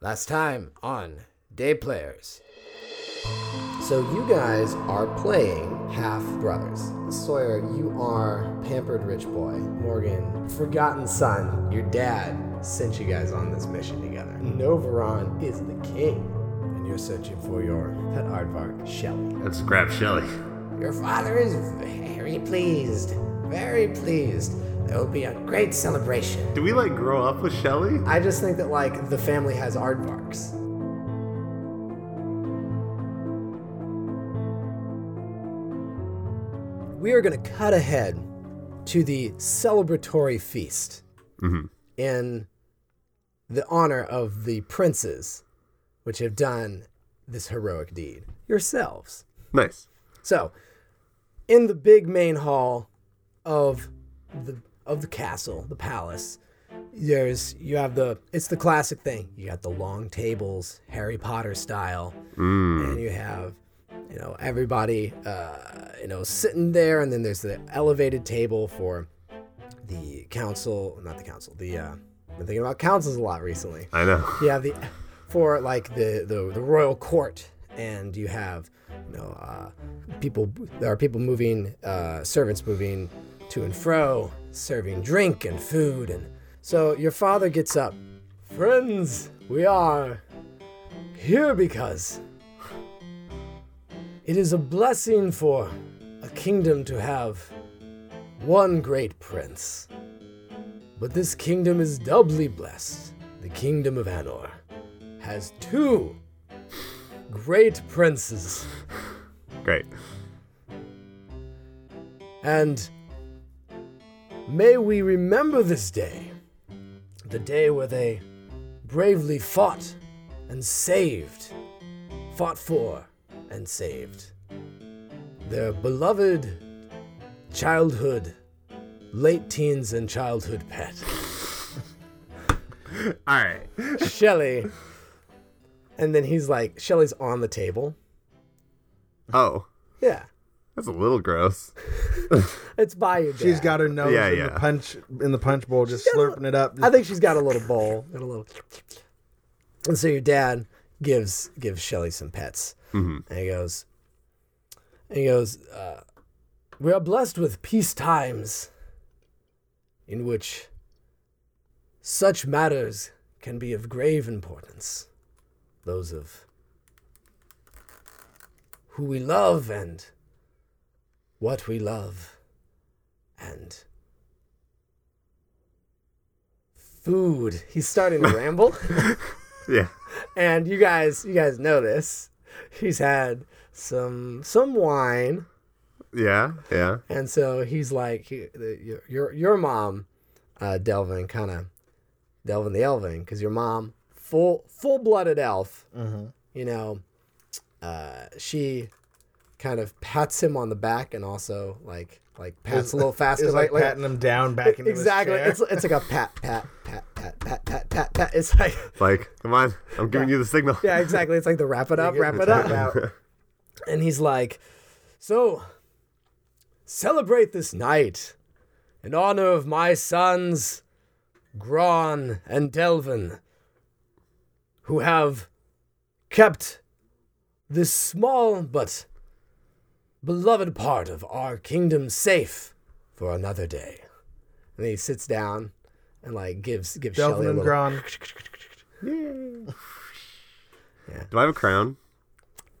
Last time on Day Players. So you guys are playing half brothers. Sawyer, you are pampered rich boy. Morgan, forgotten son. Your dad sent you guys on this mission together. Novaron is the king, and you're searching for your pet aardvark, Shelly. Let's grab Shelly. Your father is very pleased, very pleased. There will be a great celebration. Do we like grow up with Shelly? I just think that like the family has aardvarks. We are going to cut ahead to the celebratory feast Mhm. in the honor of the princes which have done this heroic deed yourselves. Nice. So, in the big main hall of the of the castle, the palace, there's you have the it's the classic thing. You got the long tables, Harry Potter style, and you have you know everybody uh, you know sitting there, and then there's the elevated table for the council, not the council. The uh, I've been thinking about councils a lot recently. I know. You have the for like the the, the royal court, and you have you know uh, people. There are people moving, uh, servants moving to and fro, serving drink and food, and so your father gets up. Friends, we are here because it is a blessing for a kingdom to have one great prince. But this kingdom is doubly blessed. The kingdom of Anor has two great princes, Great. and may we remember this day the day where they bravely fought and saved, fought for and saved their beloved childhood, late teens, and childhood pet. All right. Shelly. And then he's like, Shelly's on the table. Oh, Yeah. that's a little gross. It's by your dad. She's got her nose Yeah, in yeah. the punch in the punch bowl, just got a slurping it up. I think she's got a little bowl and a little. And so your dad gives gives Shelly some pets, and he goes, and he goes, uh, we are blessed with peace times, in which such matters can be of grave importance, those of who we love and what we love, and food. He's starting to ramble, Yeah. and you guys, you guys notice he's had some some wine, Yeah. Yeah. and so he's like, he, the, your, your your mom, uh, Delvin, kind of Delvin the Elvin, because your mom, full full blooded elf, Mm-hmm. you know, uh, she kind of pats him on the back and also like like pats a little faster, It's like, patting him down back into exactly. His chair. It's it's like a pat pat pat pat pat pat pat pat. It's like. Like, come on. I'm giving you the signal. Yeah, exactly. It's like the wrap it up, wrap it Tap up. out. And he's like, So, celebrate this night in honor of my sons, Gron and Delvin, who have kept this small but beloved part of our kingdom safe for another day. And he sits down and like gives gives Shelly Delvin a and little. Gron. Do I have a crown?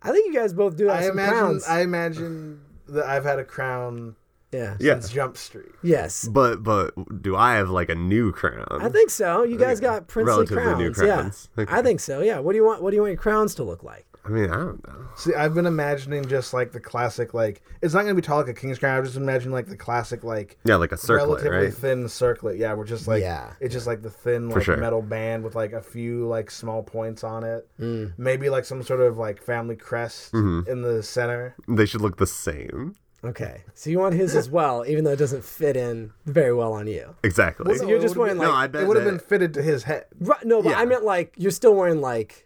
I think you guys both do have I some imagine. crowns. I imagine that I've had a crown yeah. Yeah. since Jump Street. Yes. But but do I have like a new crown? I think so. You guys got princely uh, relatively crowns. new crowns. Yeah, Okay. I think so. Yeah. What do you want? What do you want your crowns to look like? I mean, I don't know. See, I've been imagining just like the classic, like it's not gonna be tall like a king's crown. I just imagine like the classic, like Yeah, like a circlet, relatively right? thin circlet. Yeah, we're just like Yeah. it's just like the thin like sure. metal band with like a few like small points on it. Maybe like some sort of like family crest in the center. They should look the same. Okay. So you want his as well, even though it doesn't fit in very well on you. Exactly. So no, you're it just would be- wearing no, like I bet it would have that- been fitted to his head. right, no, but yeah. I meant like you're still wearing like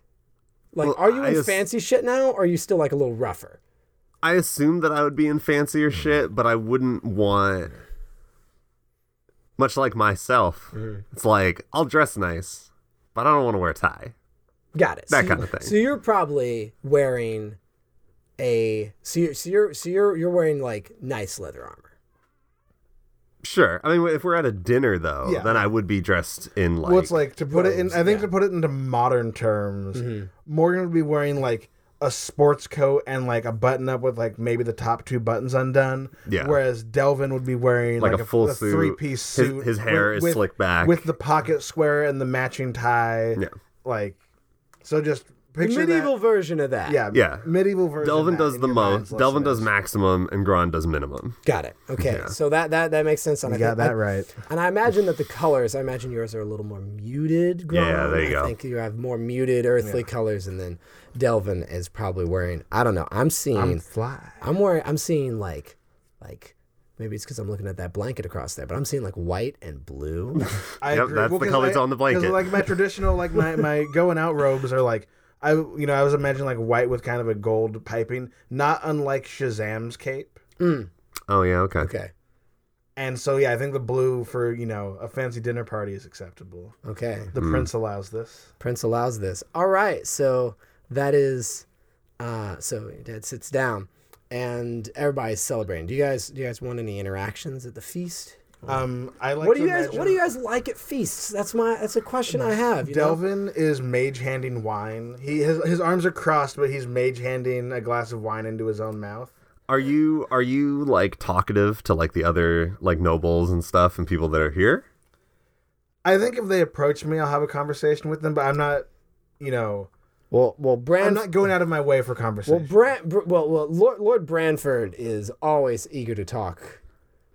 like Well, are you I in just- fancy shit now or are you still like a little rougher? I assumed that I would be in fancier shit, but I wouldn't want. Mm-hmm. Much like myself, it's like I'll dress nice, but I don't want to wear a tie. Got it. That So- kind of thing. So you're probably wearing a so you're so you're so you're you're wearing like nice leather armor. Sure. I mean, if we're at a dinner though, Yeah. then I would be dressed in like. Mm-hmm. Well, it's like to put it in. I think yeah. to put it into modern terms, Morgan would be wearing like a sports coat and like a button up with like maybe the top two buttons undone. Yeah. Whereas Delvin would be wearing Like like, a full suit. three piece His- suit. his hair is slicked back. with the pocket square and the matching tie. Yeah. Like, so just The picture medieval version of that. That, yeah. Yeah. Medieval version. Delvin of that does in the your most. minds, Delvin does listeners. maximum, and Gron does minimum. Got it. Okay. So that that that makes sense. And I You got think- that I- right. And I imagine that the colors, I imagine yours are a little more muted. Grown. Yeah, there you I go. think you have more muted earthly colors, and then Delvin is probably wearing. I don't know. I'm seeing. I'm, Fly. wearing. I'm seeing like, like maybe it's because I'm looking at that blanket across there, but I'm seeing like white and blue. I Yep, agree. that's the 'cause colors I- on the 'cause, blanket. Like my traditional, like my my going out robes are like I you know I was imagining like white with kind of a gold piping, not unlike Shazam's cape. Oh yeah. Okay. okay. And so yeah, I think the blue for you know a fancy dinner party is acceptable. Okay. The Hmm. prince allows this. Prince allows this. All right, so that is, uh, so Dad sits down, and everybody's celebrating. Do you guys do you guys want any interactions at the feast? Um, I like. What to do you guys imagine What do you guys like at feasts? That's my that's a question I have. You know? Delvin is mage handing wine. He his, his arms are crossed, but he's mage handing a glass of wine into his own mouth. Are you are you like talkative to like the other like nobles and stuff and people that are here? I think if they approach me, I'll have a conversation with them, but I'm not, you know, Well, well, I'm Brand. not going out of my way for conversation. well, Brand. Br- Well, well, Lord, Lord Branford is always eager to talk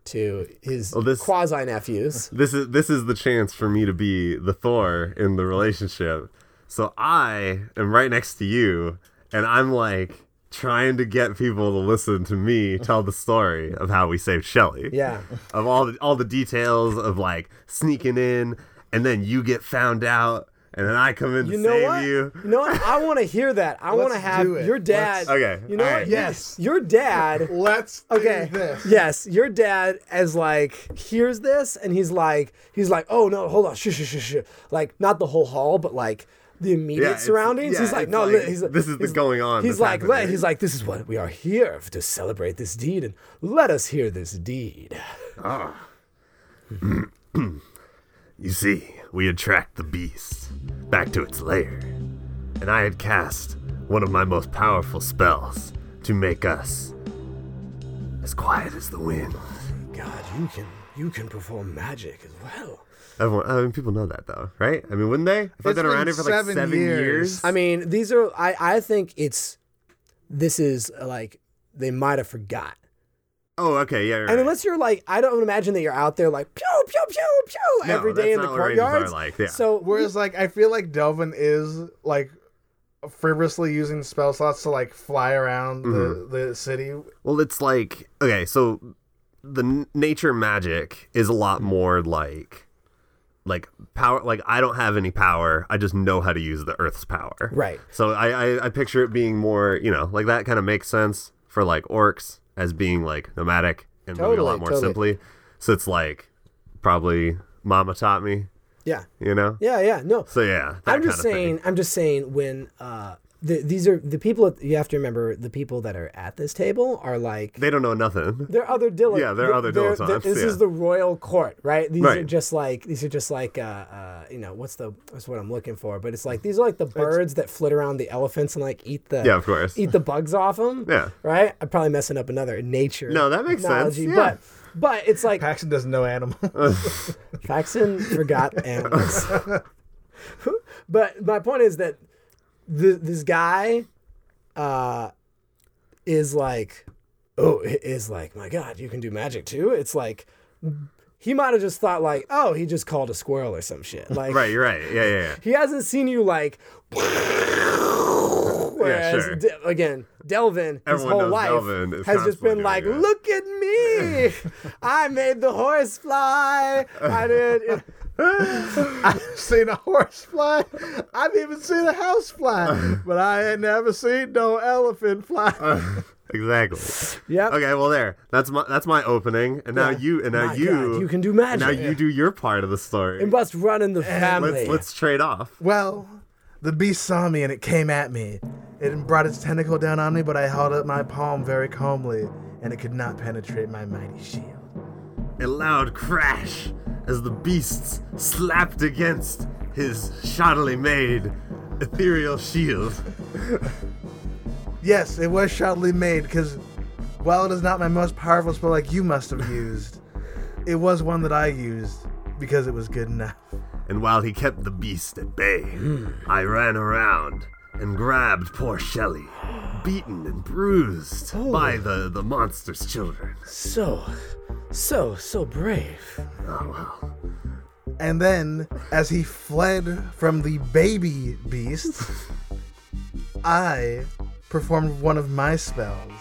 to his Oh, Well, this- quasi nephews. This is this is the chance for me to be the Thor in the relationship. So I am right next to you, and I'm like trying to get people to listen to me tell the story of how we saved Shelly. Yeah. Of all the all the details of like sneaking in, and then you get found out, and then I come in You to know save what? you. You know what? I want to hear that. I want to Let's have do it. your dad. Let's- Okay, You know all what? right. Yes. Your dad. Let's okay do this. yes your dad is like hears this and he's like he's like oh no hold on shh shh shh shh like not the whole hall but like the immediate it's- surroundings yeah, he's like it's no like, li- he's this is the he's- going on he's that's like let, happening. he's like this is what we are here to celebrate this deed and let us hear this deed You see, we had tracked the beast back to its lair, and I had cast one of my most powerful spells to make us as quiet as the wind. god you can you can perform magic as well Everyone, I mean, people know that though, right? I mean, wouldn't they? If I've It's been around been it for like seven seven, years. years. I mean, these are. I I think it's. This is uh, like they might have forgot. oh, okay, yeah. You're And right. unless you're like, I don't imagine that you're out there like pew pew pew pew No, every day that's in the not what raisins are courtyards. like, yeah. So Whereas, like, I feel like Delvin is like frivolously using spell slots to like fly around the, the city. Well, it's like okay, so the n- nature magic is a lot more like like power like I don't have any power. I just know how to use the earth's power. Right. So I I, I picture it being more, you know, like that kind of makes sense for like orcs as being like nomadic and moving a Totally, lot more totally. simply. So it's like probably mama taught me, yeah, you know? yeah, yeah. No, So yeah. that I'm just kind of saying. thing. I'm just saying when uh, the, these are the people. that- You have to remember the people that are at this table are like they don't know nothing. They're other dilettants. Yeah, they're other dilettantes, This yeah. is the royal court, right? These are Right. just like these are just like uh, uh, you know what's the what's what I'm looking for, but it's like these are like the birds that flit around the elephants and like eat the Yeah, of course. eat the bugs off them. Yeah. right. I'm probably messing up another nature. No, that makes sense, analogy, yeah. But but it's like Paxton doesn't know animals. Faxon forgot animals. but my point is that th- this guy uh, is like, oh, i- is like, my God, you can do magic too? It's like, he might have just thought, like, oh, he just called a squirrel or some shit. Like, Right, you're right. Yeah, yeah, yeah. he hasn't seen you, like, whereas, sure. De- again, Delvin, his Everyone whole knows life, Delvin is has just constantly been doing like, that. look at me. I made the horse fly. I did. it." I've seen a horse fly. I've even seen a house fly, but I ain't never seen no elephant fly. Exactly. Yep. Okay, well there. That's my that's my opening, and now Yeah. you and now My you God, you can do and magic. now you do your part of the story. It must run in the family. Let's let's trade off. well, The beast saw me and it came at me. It brought its tentacle down on me, but I held up my palm very calmly, and it could not penetrate my mighty shield. A loud crash as the beasts slapped against his shoddily made ethereal shield. Yes, it was shoddily made, because while it is not my most powerful spell like you must have used, it was one that I used because it was good enough. And while he kept the beast at bay, I ran around and grabbed poor Shelley, beaten and bruised by the, the monster's children. So, so, so brave. Oh well. And then, as he fled from the baby beast, I performed one of my spells,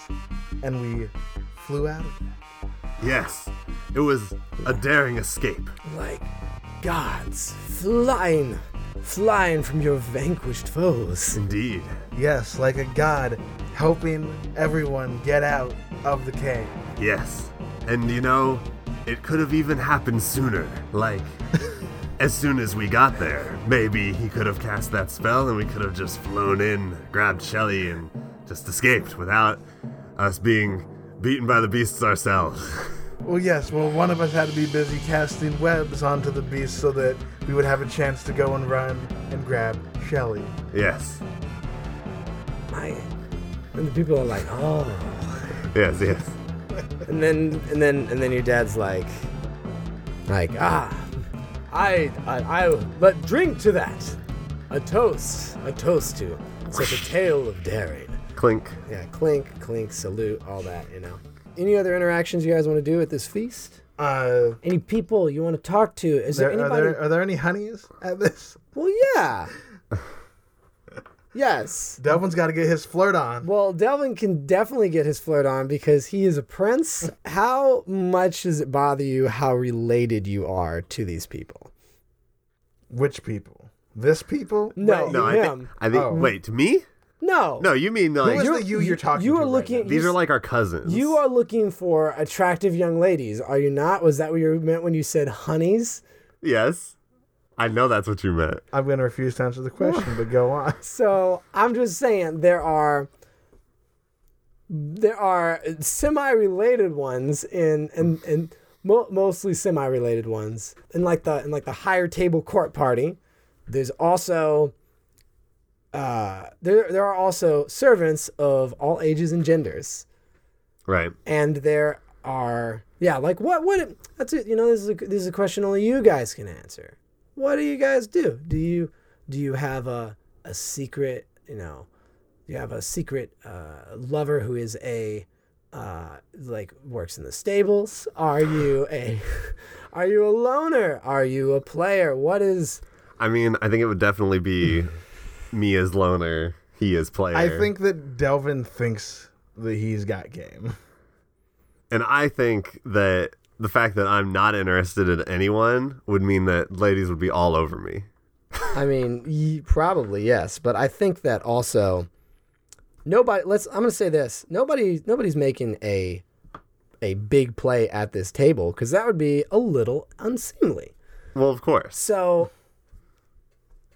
and we flew out of it. Yes, it was a daring escape. Like gods flying, flying from your vanquished foes. Indeed. Yes, like a god helping everyone get out of the cave. Yes. And you know, it could have even happened sooner. Like, as soon as we got there, maybe he could have cast that spell and we could have just flown in, grabbed Shelly, and just escaped without us being beaten by the beasts ourselves. Well, yes, well, one of us had to be busy casting webs onto the beast so that we would have a chance to go and run and grab Shelly. yes. My, and the people are like, oh. Yes, yes. And then, and then, and then your dad's like, like, ah, I, I, I let drink to that. A toast, a toast to such a tale of daring. Clink. Yeah, clink, clink, salute, all that, you know. Any other interactions you guys want to do at this feast? Uh, Any people you want to talk to? Is there, there, are, anybody? there, are there any honeys at this? Well, yeah. yes. Delvin's got to get his flirt on. Well, Delvin can definitely get his flirt on because he is a prince. How much does it bother you how related you are to these people? Which people? This people? No. Wait, No, I Yeah. think. I think. Oh. Wait, to me? No. No, you mean like Who is- the you you're talking You to are right looking. now? these are like our cousins. You are looking for attractive young ladies, are you not? Was that what you meant when you said honeys? Yes. I know that's what you meant. I'm going to refuse to answer the question, but go on. So I'm just saying there are there are semi-related ones in and and mo- mostly semi-related ones in like the in like the higher table court party. There's also uh, there there are also servants of all ages and genders, Right. and there are yeah like what what that's it you know this is a, this is a question only you guys can answer. What do you guys do? Do you do you have a a secret you know you have a secret uh, lover who is a uh, like works in the stables are you a are you a loner are you a player what is I mean, I think it would definitely be me as loner, he as player. I think that Delvin thinks that he's got game. and I think that the fact that I'm not interested in anyone would mean that ladies would be all over me. i mean ye, probably yes but i think that also nobody let's i'm gonna say this nobody nobody's making a a big play at this table because that would be a little unseemly Well, of course. So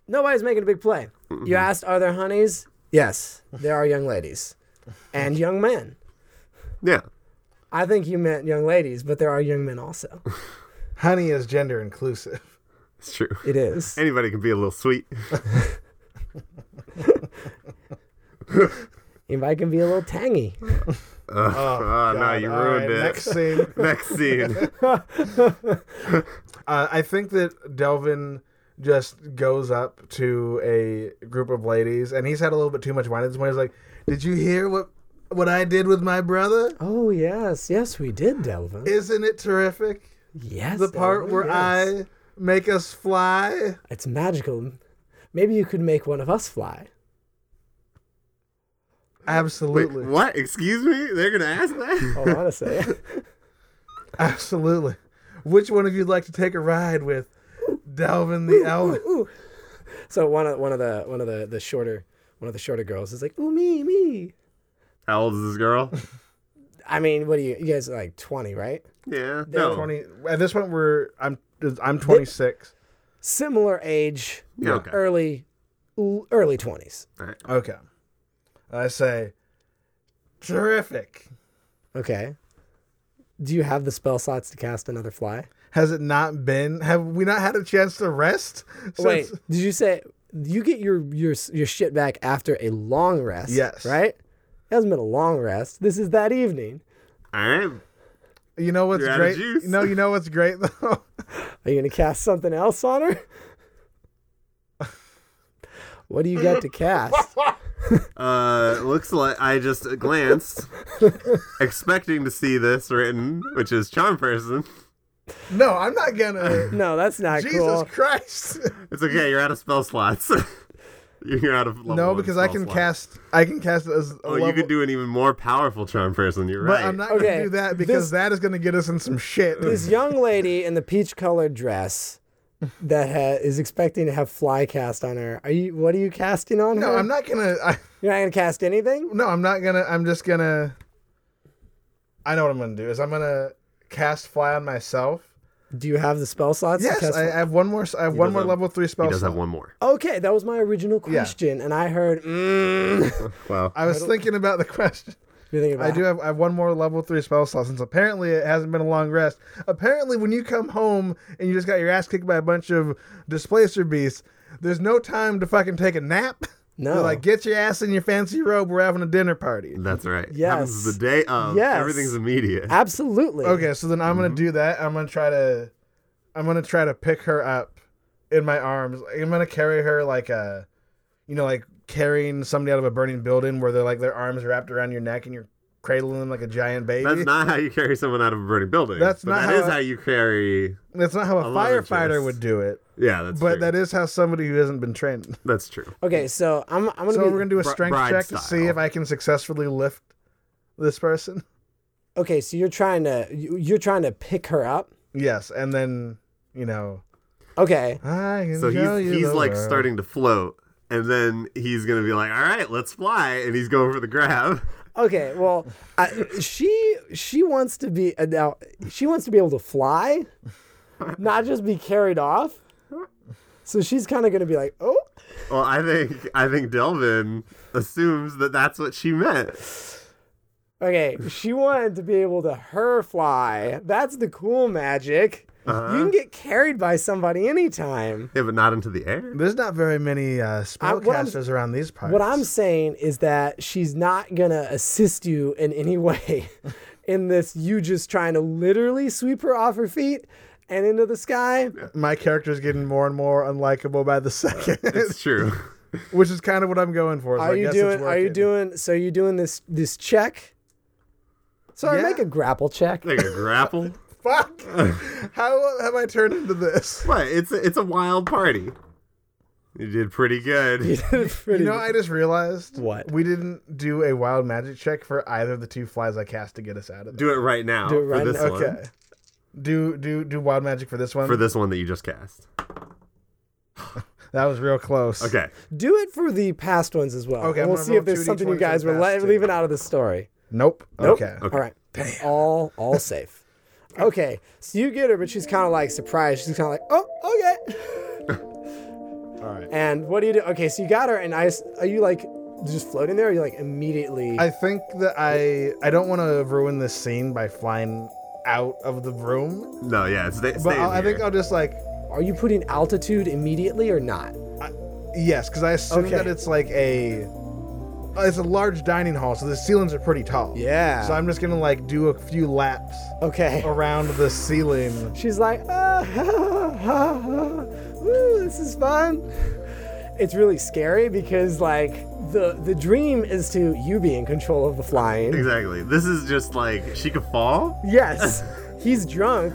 nobody's making a big play. Mm-hmm. You asked, are there honeys? Yes, there are young ladies and young men. Yeah. I think you meant young ladies, but there are young men also. Honey is gender inclusive. It's true. It is. Anybody can be a little sweet. Anybody can be a little tangy. Oh, no, you All right, ruined it. Next scene. Next scene. Uh, I think that Delvin just goes up to a group of ladies, and he's had a little bit too much wine at this point. He's like, "Did you hear what what I did with my brother? Oh yes, yes we did, Delvin. Isn't it terrific? Yes. The part Delvin, where yes. I make us fly." It's magical. Maybe you could make one of us fly. Wait, Absolutely, Oh. what? Excuse me? They're going to ask that? Hold on a second. absolutely. Which one of you'd like to take a ride with Delvin the Elven? So one of one of the one of the, the shorter one of the shorter girls is like, ooh me, me. How old is this girl? I mean, what do you you guys are like twenty, right? Yeah. They're No. Twenty. At this point, we're I'm I'm 26. Similar age, Yeah, okay. early l- early 20s. Okay. I say, terrific. Okay. Do you have the spell slots to cast another fly? Has it not been? Have we not had a chance to rest? Since, Wait, did you say you get your your your shit back after a long rest? Yes. Right? It hasn't been a long rest. This is that evening. All right. You know what's You're out of great? juice. No, you know what's great though. Are you gonna cast something else on her? what do you got to cast? Uh, looks like I just glanced, expecting to see this written, which is charm person. no, I'm not gonna. No, that's not Jesus cool. Christ. It's okay. You're out of spell slots. you're out of level no, one because I spell can slot. cast. I can cast as. a Oh, you level- could do an even more powerful charm person. You're But right. I'm not Okay, gonna do that this- because that is gonna get us in some shit. this young lady in the peach colored dress that ha- is expecting to have fly cast on her. Are you? What are you casting on no, her? I'm not gonna. I, You're not gonna cast anything. no, I'm not gonna. I'm just gonna. I know what I'm gonna do is I'm gonna cast fly on myself. Do you have the spell slots? to Yes, cast I, I have one more. s- I have one does more have- level three spell. he does slot. have one more. Okay, that was my original question, and I heard. Mm, Wow. I was thinking about the question. You're thinking I about do have I have one more level three spell slot since apparently it hasn't been a long rest. Apparently, when you come home and you just got your ass kicked by a bunch of displacer beasts, there's no time to fucking take a nap. No. You're like get your ass in your fancy robe. We're having a dinner party. That's right. Yes. Happens the day of. Yes. Everything's immediate. absolutely. Okay, so then I'm gonna do that. I'm gonna try to, I'm gonna try to pick her up in my arms. I'm gonna carry her like a, you know, like carrying somebody out of a burning building where they're like their arms wrapped around your neck and you're cradling them like a giant baby. That's not how you carry someone out of a burning building. That's but not that how is I- how you carry. That's not how A a, love firefighter interest. would do it, Yeah, that's but true. that is how somebody who hasn't been trained. that's true. Okay, so I'm. I'm gonna. So be, we're gonna do a Bri- strength bride check to style. see if I can successfully lift this person. Okay, so you're trying to. you- You're trying to pick her up. Yes, and then you know Okay. I can So show he's you he's the like world. starting to float, and then he's gonna be like, "All right, let's fly," and he's going for the grab. Okay. Well, I, she she wants to be uh, now. She wants to be able to fly, not just be carried off. So she's kind of gonna be like, oh, Well, I think I think Delvin assumes that that's what she meant. okay. She wanted to be able to her fly. That's the cool magic. You can get carried by somebody anytime. Yeah, but not into the air. There's not very many uh, what I'm- spellcasters around these parts. What I'm saying is that she's not gonna assist you in any way in this. You just trying to literally sweep her off her feet and into the sky. my character's getting more and more unlikable by the second, It's true. which is kind of what I'm going for. so Are I you guess it's doing? Are you working. doing? So you doing this this check? Sorry, Yeah. make a grapple check. Like a grapple. Fuck! How have I turned into this? What? It's a, it's a wild party. You did pretty good. Pretty- You know, I just realized What? we didn't do a wild magic check for either of the two flies I cast to get us out of. It. Do it right now Do it right for this now. one. Okay. Do do do wild magic for this one. For this one that you just cast. that was real close. Okay. do it for the past ones as well. Okay, and I'm we'll gonna see roll if there's 2d20 something you for the guys were past le- two. leaving out of the story. Nope. Nope. Okay. All right. All all safe. Okay, so you get her, but she's kind of like surprised. She's kind of like, oh, okay. All right. And what do you do? Okay, so you got her, and I s- are you like just floating there? Or you like immediately? I think that I I don't want to ruin this scene by flying out of the room, No, yeah, stay, stay but in I'll, I here. think I'll just like are you putting altitude immediately or not? yes, because I assume Okay. that it's like a uh, it's a large dining hall, so the ceilings are pretty tall. Yeah. So I'm just gonna like do a few laps Okay. around the ceiling. She's like, ah, ha, ha, ha, ha. Ooh, this is fun. It's really scary because like the the dream is to you be in control of the uh, flying. Exactly. This is just like she could fall. Yes, he's drunk.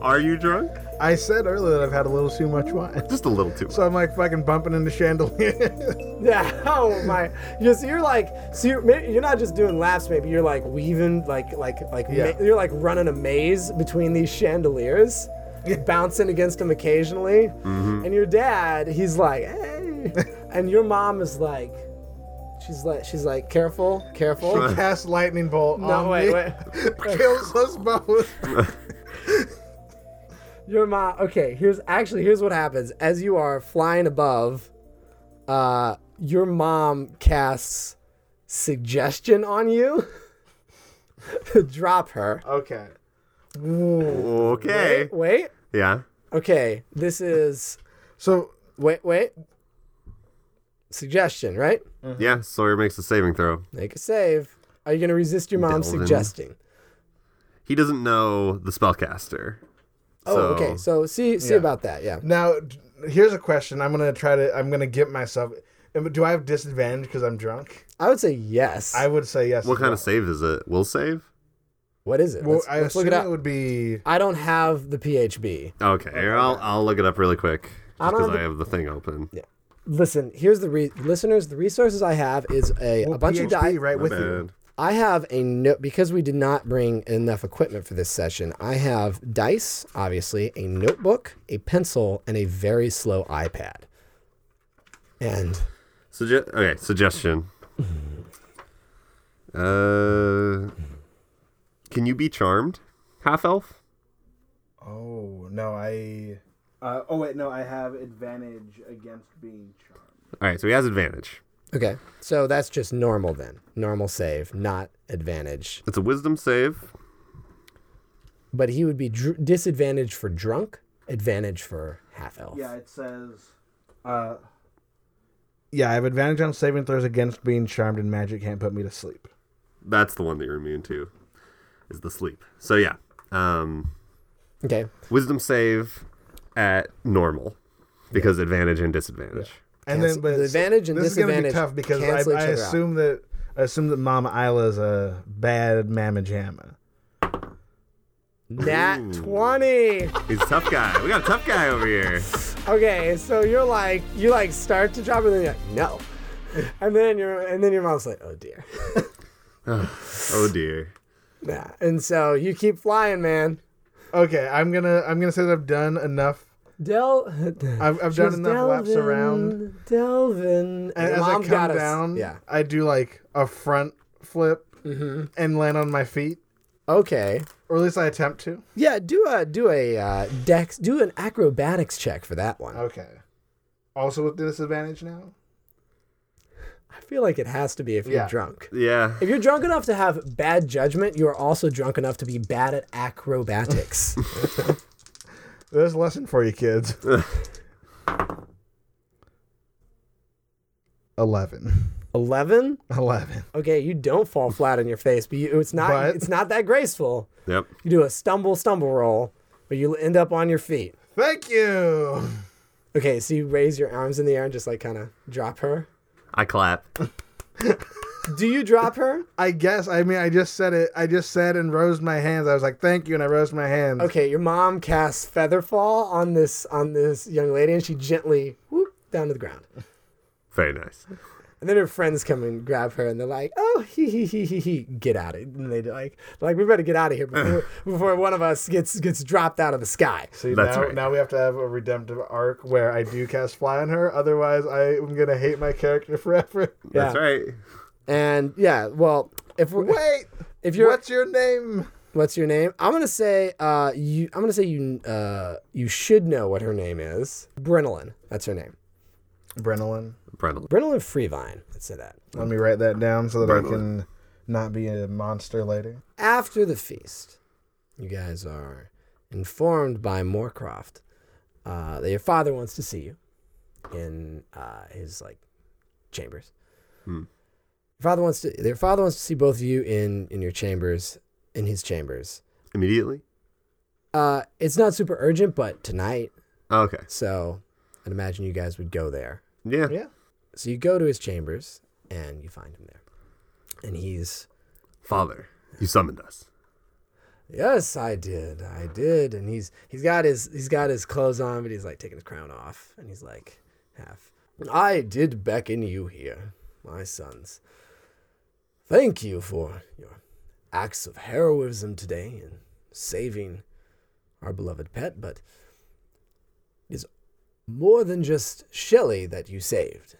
Are you drunk? I said earlier that I've had a little too much wine, Just a little too. much. so I'm like fucking bumping into chandeliers. Yeah. Oh my. You're, so you're like, so you're, may- you're not just doing laps. Maybe you're like weaving, like like like ma- Yeah. you're like running a maze between these chandeliers, bouncing against them occasionally. Mm-hmm. And your dad, he's like, hey, and your mom is like, she's like, she's like, careful, careful. Cast lightning bolt. no, on wait, me. wait. Kills us both. Your mom. Okay, here's actually here's what happens as you are flying above. uh, your mom casts suggestion on you. Drop her. Okay. Okay. Wait, wait. Yeah. Okay, this is So wait, wait. Suggestion, right? Yeah. Sawyer makes a saving throw. Make a save. Are you gonna resist your mom Delvin. suggesting? He doesn't know the spellcaster. Oh, okay. So see, see Yeah. about that. Yeah. now, d- here's a question. I'm gonna try to. I'm gonna get myself. am- Do I have disadvantage because I'm drunk? I would say yes. I would say yes. What as kind well. of save is it? Will save? what is it? Well, let's I let's assume look it, it up. would be. I don't have the PHB. Okay, here, I'll I'll look it up really quick I just don't because have I have the thing open. Listen, here's the re- listeners. The resources I have is a, well, a bunch of PHP dice. right My with you. bad. I have a note because we did not bring enough equipment for this session. I have dice, obviously, a notebook, a pencil, and a very slow iPad. And Sugge- okay, suggestion. Uh, can you be charmed, half elf? Oh no, I. Uh, oh wait, no, I have advantage against being charmed. All right, so he has advantage. okay, so that's just normal then. Normal save, not advantage. It's a wisdom save. But he would be dr- disadvantaged for drunk, advantage for half elf. Yeah, it says. Uh, Yeah, I have advantage on saving throws against being charmed, and magic can't put me to sleep. That's the one that you're immune to, is the sleep. So yeah, um, Okay, wisdom save at normal because advantage and disadvantage. And Cancel- then, but the advantage and this disadvantage is gonna be tough because cancel I, each I other out. assume that I assume that Mama Isla's a bad mamma jamma. nat twenty. He's a tough guy. We got a tough guy over here. Okay, so you're like you like start to drop and then you're like no, and then you're and then your mom's like oh dear. Oh dear. Yeah, and so you keep flying, man. Okay, I'm gonna I'm gonna say that I've done enough. Del, I've, I've done enough laps around. Delvin, And as I come down, yeah. Mm-hmm. I do like a front flip and land on my feet, Okay. or at least I attempt to. Yeah. Do a do a uh, dex. Do an acrobatics check for that one. Okay. Also with disadvantage now. I feel like it has to be if you're Yeah. drunk. Yeah. If you're drunk enough to have bad judgment, you are also drunk enough to be bad at acrobatics. There's a lesson for you, kids. Eleven. Eleven. Eleven. Okay, you don't fall flat on your face, but you, it's not But- it's not that graceful. Yep. You do a stumble, stumble roll, but you end up on your feet. Thank you. Okay, so you raise your arms in the air and just like kind of drop her. I clap. Do you drop her? I guess. I mean, I just said it. I just said and rose my hands. I was like, "Thank you," and I rose my hands. Okay, your mom casts feather fall on this on this young lady, and she gently whoop down to the ground. Very nice. And then her friends come and grab her, and they're like, "Oh, he he he he he, get out of!" And they like, they're like, "We better get out of here before, before one of us gets gets dropped out of the sky." See, That's now, right. now we have to have a redemptive arc where I do cast fly on her. Otherwise, I am gonna hate my character forever. That's Yeah. right. And yeah, well, if we're, Wait, if you're what's your name? what's your name? I'm gonna say uh you I'm gonna say you uh you should know what her name is. Brenolyn. That's her name. Brenolin. Brendel. Brenolyn Freevine. Let's say that. Let me write that down so that I Brenolin. can not be a monster later. After the feast, you guys are informed by Moorcroft uh, that your father wants to see you in uh, his like chambers. Your father wants to. Your father wants to see both of you in in your chambers, in his chambers. Immediately? Uh, it's not super urgent, but tonight Oh, okay. So I'd imagine you guys would go there. Yeah. Yeah. So you go to his chambers and you find him there. And he's, Father, you summoned us. yes, I did, I did. And he's he's got his he's got his clothes on, but he's like taking his crown off, and he's like half. I did beckon you here, my sons. Thank you for your acts of heroism today and saving our beloved pet, but it is more than just Shelley that you saved.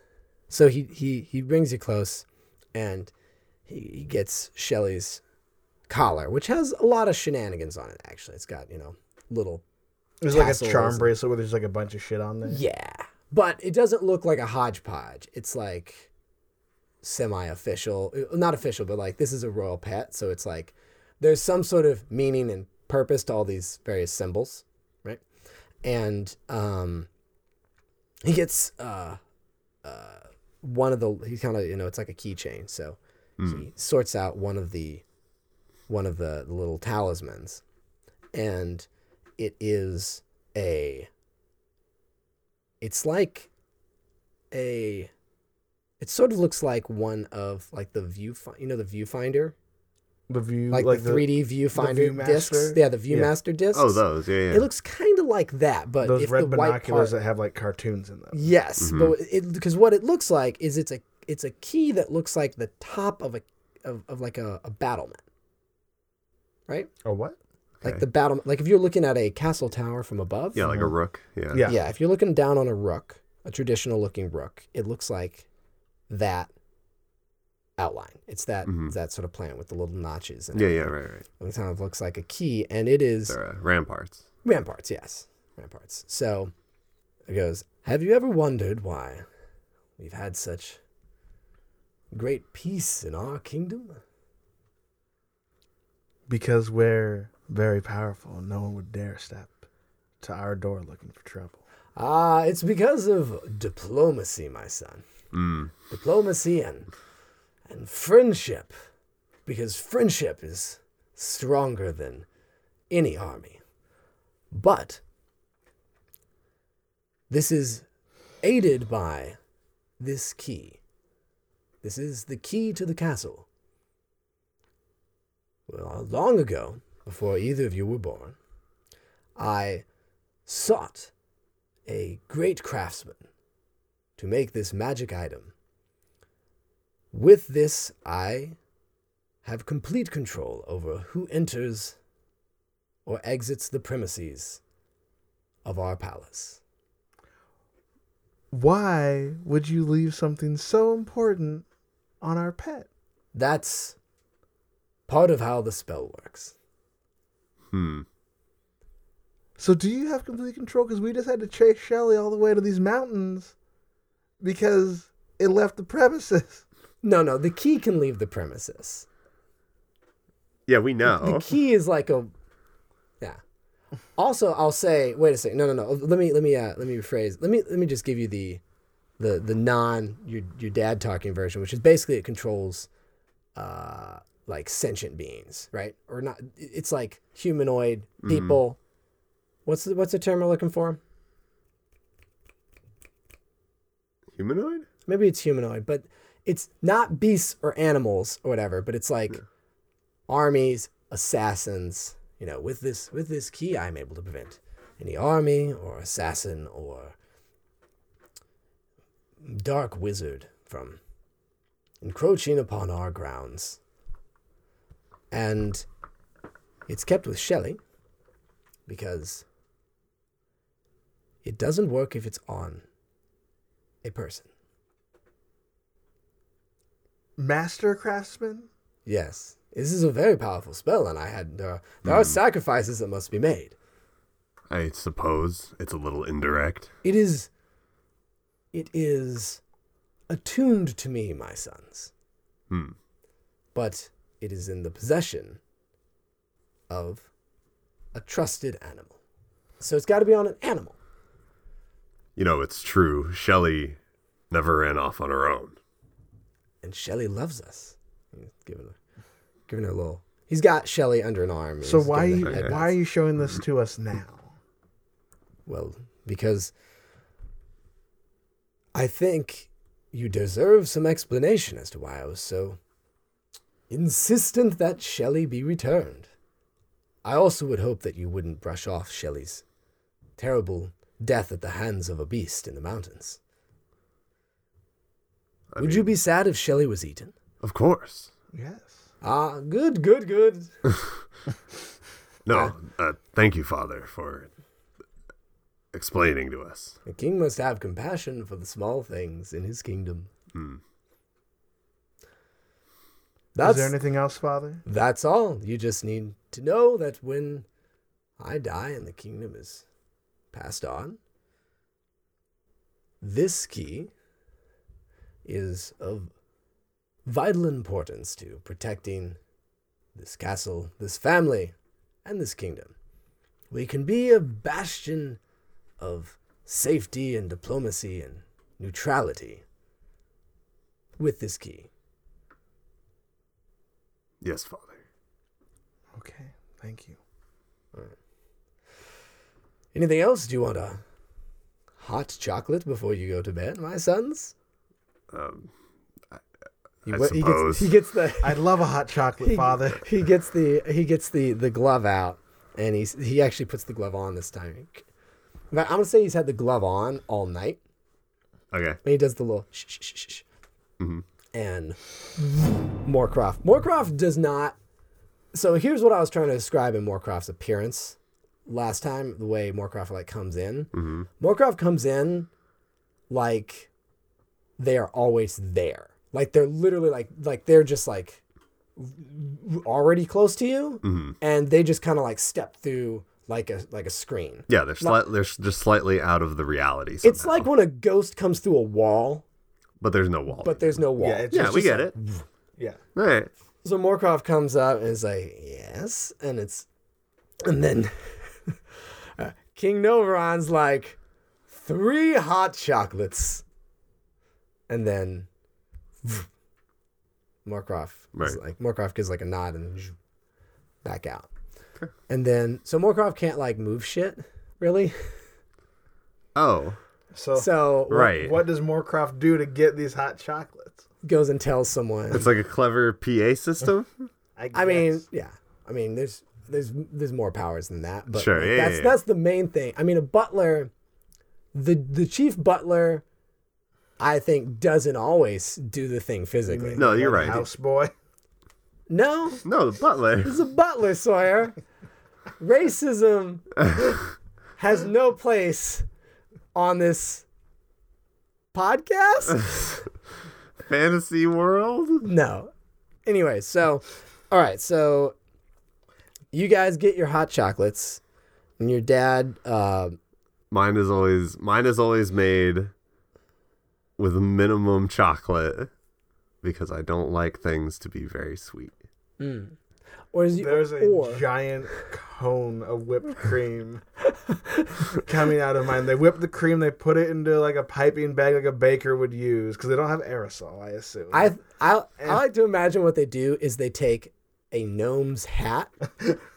So he, he, he brings you close and he, he gets Shelley's collar, which has a lot of shenanigans on it, actually. It's got, you know, little. There's like a Tassels. charm bracelet where there's like a bunch of shit on there. Yeah. but it doesn't look like a hodgepodge. It's like semi-official, uh, not official, but like this is a royal pet, so it's like there's some sort of meaning and purpose to all these various symbols, right? And um, he gets uh, uh, one of the he kind of you know it's like a keychain, so he sorts out one of the one of the little talismans, and it is a it's like a it sort of looks like one of like the view you know the viewfinder The view, like, the 3D viewfinder Viewmaster? discs yeah the viewmaster discs Oh, those. Yeah, yeah. it looks kind of like that but those if red the white binoculars part, that have like cartoons in them. yes Mm-hmm. but it because what it looks like is it's a it's a key that looks like the top of a of, of like a, a battlement right Oh what? like the battle like if you're looking at a castle tower from above yeah, like a rook. Yeah. Yeah. yeah, if you're looking down on a rook, a traditional looking rook, it looks like that outline. It's that that sort of plant with the little notches and Yeah, yeah, right, right. it kind of looks like a key and it is They're uh, ramparts. ramparts, yes. Ramparts. So it goes, Have you ever wondered why we've had such great peace in our kingdom? Because we're very powerful, and no one would dare step to our door looking for trouble. Ah, it's because of diplomacy, my son. Mm, Diplomacy and and friendship, because friendship is stronger than any army. But this is aided by this key. This is the key to the castle. Well, long ago, before either of you were born, I sought a great craftsman to make this magic item. With this, I have complete control over who enters or exits the premises of our palace. Why would you leave something so important on our pet? That's part of how the spell works. Hmm. So do you have complete control? Because we just had to chase Shelly all the way to these mountains because it left the premises. No, no, the key can leave the premises. Yeah, we The know. key is like a yeah. Also, I'll say wait a second. No, no, no. Let me let me uh, let me rephrase. Let me let me just give you the the the non your your dad talking version, which is basically it controls uh like sentient beings, right? Or not it's like humanoid people. What's the what's the term we're looking for? Humanoid? maybe it's humanoid, but it's not beasts or animals or whatever, but it's like armies, assassins, you know, with this with this key I'm able to prevent any army or assassin or dark wizard from encroaching upon our grounds. And it's kept with Shelley because it doesn't work if it's on a person. Master craftsman? Yes, this is a very powerful spell, and I had there are, there are sacrifices that must be made. I suppose it's a little indirect. It is, it is, attuned to me, my sons. Hmm. But it is in the possession of a trusted animal, so it's got to be on an animal. You know, it's true. Shelley never ran off on her own. And Shelley loves us. He's giving her, giving her a little. He's got Shelley under an arm. and So he's why giving you, her a head why are you showing this to us now? Well, because I think you deserve some explanation as to why I was so insistent that Shelley be returned. I also would hope that you wouldn't brush off Shelley's terrible death at the hands of a beast in the mountains. I would mean, you be sad if Shelley was eaten? Of course. Yes. Ah, good, good, good. No. Uh, thank you, Father, for explaining to us. The king must have compassion for the small things in his kingdom. Hmm. That's Is there anything else, Father? That's all. You just need to know that when I die and the kingdom is passed on, This key is of vital importance to protecting this castle, this family, and this kingdom. We can be a bastion of safety and diplomacy and neutrality with this key. Yes, Father. Okay, thank you. Anything else? Do you want a hot chocolate before you go to bed, my sons? Um, He, I wa- he suppose. gets, he gets the I'd love a hot chocolate, he, Father. he gets the he gets the the glove out, and he's he actually puts the glove on this time. In fact, I'm gonna say he's had the glove on all night, okay. and he does the little shh shh shh shh, shh. Mm-hmm. and Moorcroft. Moorcroft does not. So here's what I was trying to describe in Moorcroft's appearance last time. The way Moorcroft like comes in, Mm-hmm. mm Moorcroft comes in like they are always there. Like they're literally like like they're just like already close to you, Mm-hmm. and they just kind of like step through like a like a screen. Yeah, they're sli- they're s- just slightly out of the reality. Somehow. It's like when a ghost comes through a wall, but there's no wall. but there's no wall. Yeah, it's yeah, just- we just get it. Yeah. All right. So Morkov comes up and is like, "Yes," and it's, and then uh, King Novaron's like, three hot chocolates, and then Morkov is Right. like Morkov gives like a nod and back out, and then so Morkov can't like move shit really. Oh, So, So right. what does Moorcroft do to get these hot chocolates? goes and tells someone. It's like a clever PA system. I mean, guess. yeah. I mean, there's there's there's more powers than that, but Sure, like, yeah, that's yeah, yeah. that's the main thing. I mean, a butler, the the chief butler, I think doesn't always do the thing physically. No, you're right. house boy. no, No, the butler. it's a butler, Sawyer. Racism has no place on this podcast. Fantasy world. No. Anyway, so all right, so you guys get your hot chocolates, and your dad. Uh, Mine is always mine is always made with minimum chocolate because I don't like things to be very sweet. or is you, There's a or giant cone of whipped cream coming out of mine. They whip the cream, they put it into like a piping bag, like a baker would use, because they don't have aerosol, I assume. I, I I like to imagine what they do is they take a gnome's hat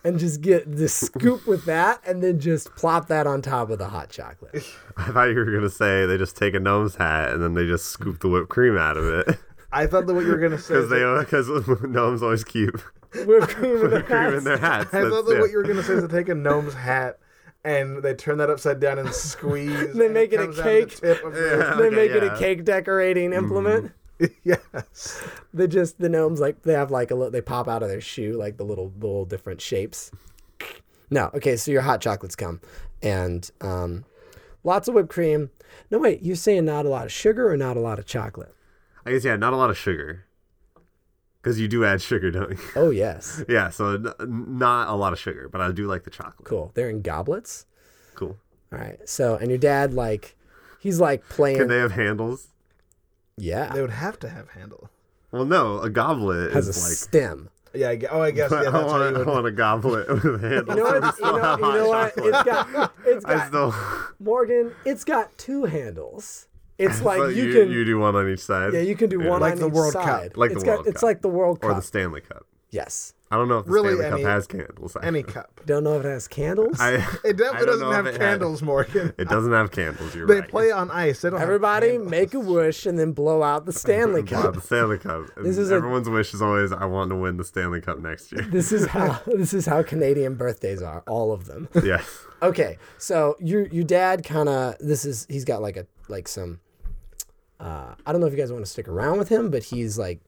and just get the scoop with that, and then just plop that on top of the hot chocolate. I thought you were gonna say they just take a gnome's hat and then they just scoop the whipped cream out of it I thought that what you were gonna say. because is they that- because gnomes always keep Whipped cream in the whipped cream in hats. their hats. I thought That's- that yeah. what you were gonna say is to take a gnome's hat and they turn that upside down and squeeze. and make it a comes out of the cake. tip of their- Yeah, They okay, make it yeah. a cake decorating implement. yes. They just the gnomes like they have like a little they pop out of their shoe like the little the little different shapes. No, okay, so your hot chocolates come, and um, lots of whipped cream. No, wait, you're saying not a lot of sugar or not a lot of chocolate? I guess yeah, not a lot of sugar because you do add sugar, don't you? Oh yes, Yeah, so n- not a lot of sugar, but I do like the chocolate. cool. They're in goblets. Cool. All right, so and your dad like he's like Can playing. they have handles? yeah, They would have to have handle. Well, no, a goblet has a is like. stem. Yeah, I guess, oh I guess yeah, I, that's how want, you I would want a goblet with handles. You know I what? You still know, have you know hot what? It's chocolate. got it's I got still. Morgan. It's got two handles. It's like but you, you, can you do one on each side. Yeah, you can do one Like on the each World Cup. side. Like the It's World It's Cup. like the World Or the Cup. Stanley Cup. yes. I don't know if the Really Stanley any- Cup has candles. any cup. Don't know if it has candles. I, It I definitely don't doesn't know have if it had- candles, Morgan. It doesn't have candles. You're They right. play on ice. They don't have Everybody candles. make a wish and then blow out the Stanley Wow, Cup. the Stanley Cup. This is a- Everyone's wish is always, I want to win the Stanley Cup next year. This is how this is how Canadian birthdays are, all of them. yes. Okay, so your your dad kind of this is he's got like a like some. Uh, I don't know if you guys want to stick around with him, but he's like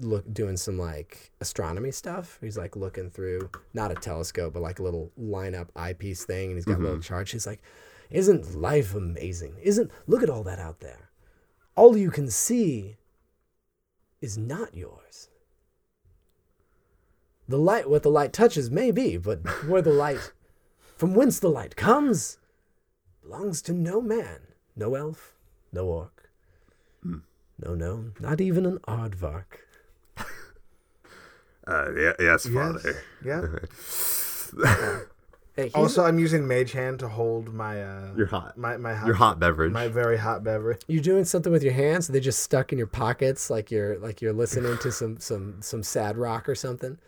look doing some like astronomy stuff. He's like looking through not a telescope, but like a little lineup eyepiece thing, and he's got little charts. He's like, "Isn't life amazing? Isn't look at all that out there? All you can see is not yours. The light, what the light touches, may be, but where the light from whence the light comes belongs to no man, no elf, No orc. Hmm. No, no, not even an aardvark. Uh, yeah, yes, Yes. father. Yeah. Hey, he's- Also, I'm using Mage Hand to hold my uh You're hot. my my hot, Your hot beverage. my very hot beverage. you're doing something with your hands. They're just stuck in your pockets, like you're like you're listening to some some some sad rock or something.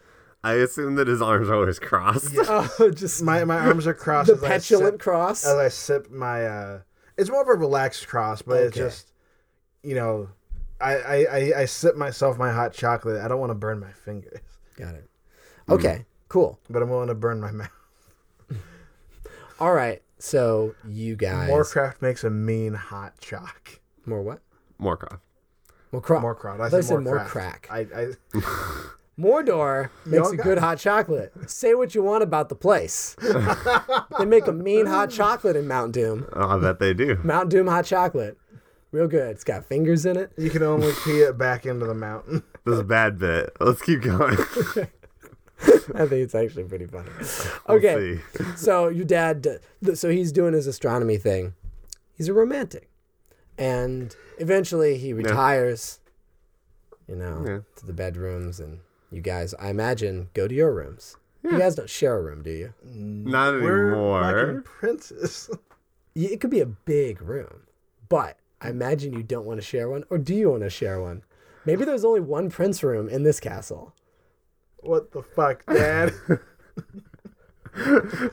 I assume that his arms are always crossed. Oh, just My my arms are crossed. the as I petulant sip- cross. as I sip my uh it's more of a relaxed cross, but it's Okay. just you know I, I, I, I sip myself my hot chocolate. I don't want to burn my fingers, Got it. Okay, Hmm. cool. but I'm willing to burn my mouth. All right, so you guys Warcraft makes a mean hot chalk. more what? More cough. More cro- More crowd. I I thought you said, said more Warcraft. crack. I, I Mordor makes Y'all a got good hot chocolate. Say what you want about the place. they make a mean hot chocolate in Mount Doom. Oh, I bet they do. Mount Doom hot chocolate. Real good. It's got fingers in it. you can only pee it back into the mountain. This is a bad bit. Let's keep going. I think it's actually pretty funny. We'll Okay. see. so your dad, d- so he's doing his astronomy thing. He's a romantic. And eventually he retires, you know, Yeah. to the bedrooms. And you guys, I imagine, go to your rooms. You guys don't share a room, do you? Not We're fucking anymore. princes. Y- It could be a big room, but I imagine you don't want to share one, or do you want to share one? Maybe there's only one prince room in this castle. What the fuck, Dad?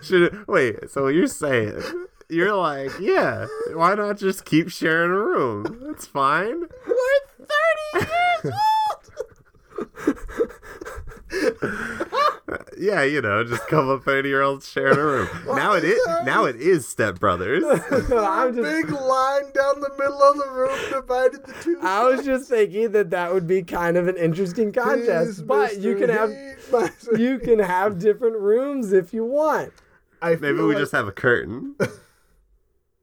Should wait. So what you're saying, you're like, yeah. Why not just keep sharing a room? That's fine. We're thirty years old. yeah, you know, just a couple thirty year olds sharing a room. now it is. Now it is stepbrothers. I'm just, Big line down the middle of the room divided the two. I was just thinking that that would be kind of an interesting contest, He's but you Mr. can have Heat, Mr. you can have different rooms if you want. I Maybe feel we like just have a curtain.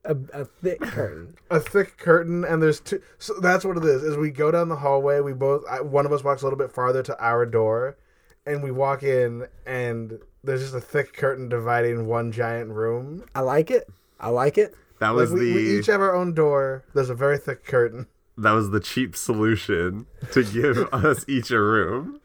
A, a thick curtain. a thick curtain, and there's two. So that's what it is. Is we go down the hallway. We both I, one of us walks a little bit farther to our door, and we walk in, and there's just a thick curtain dividing one giant room. I like it. I like it. That Like was we, the we each have our own door. There's a very thick curtain. that was the cheap solution to give us each a room.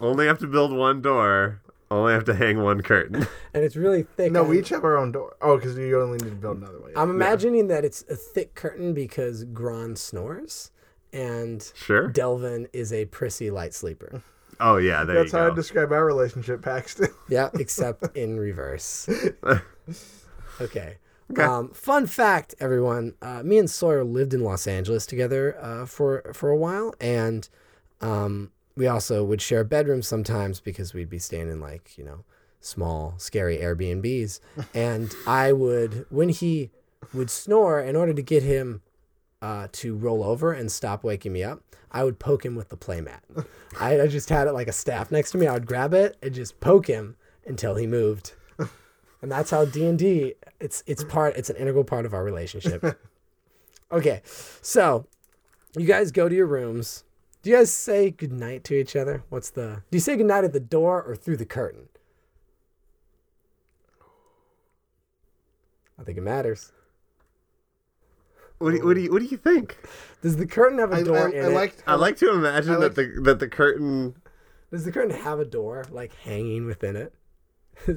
Only have to build one door. Only have to hang one curtain. And it's really thick. No, on- we each have our own door. Oh, because you only need to build another one. yeah. I'm imagining that it's a thick curtain because Gron snores and Sure. Delvin is a prissy light sleeper. Oh yeah, there That's you how go. I describe our relationship, Paxton. Yeah, except in reverse. Okay. Um, fun fact, everyone. Uh, me and Sawyer lived in Los Angeles together uh, for for a while, and um, we also would share bedrooms sometimes because we'd be staying in like you know small, scary Airbnbs. And I would, when he would snore, in order to get him uh, to roll over and stop waking me up, I would poke him with the playmat. I, I just had it like a staff next to me. I would grab it and just poke him until he moved, and that's how D and D. It's it's part. It's an integral part of our relationship. okay, so you guys go to your rooms. Do you guys say goodnight to each other? What's the? Do you say goodnight at the door or through the curtain? I think it matters. What do, you, what do you what do you think? Does the curtain have a I, I, door in I it? liked. I like to imagine I like- that the that the curtain. Does the curtain have a door like hanging within it?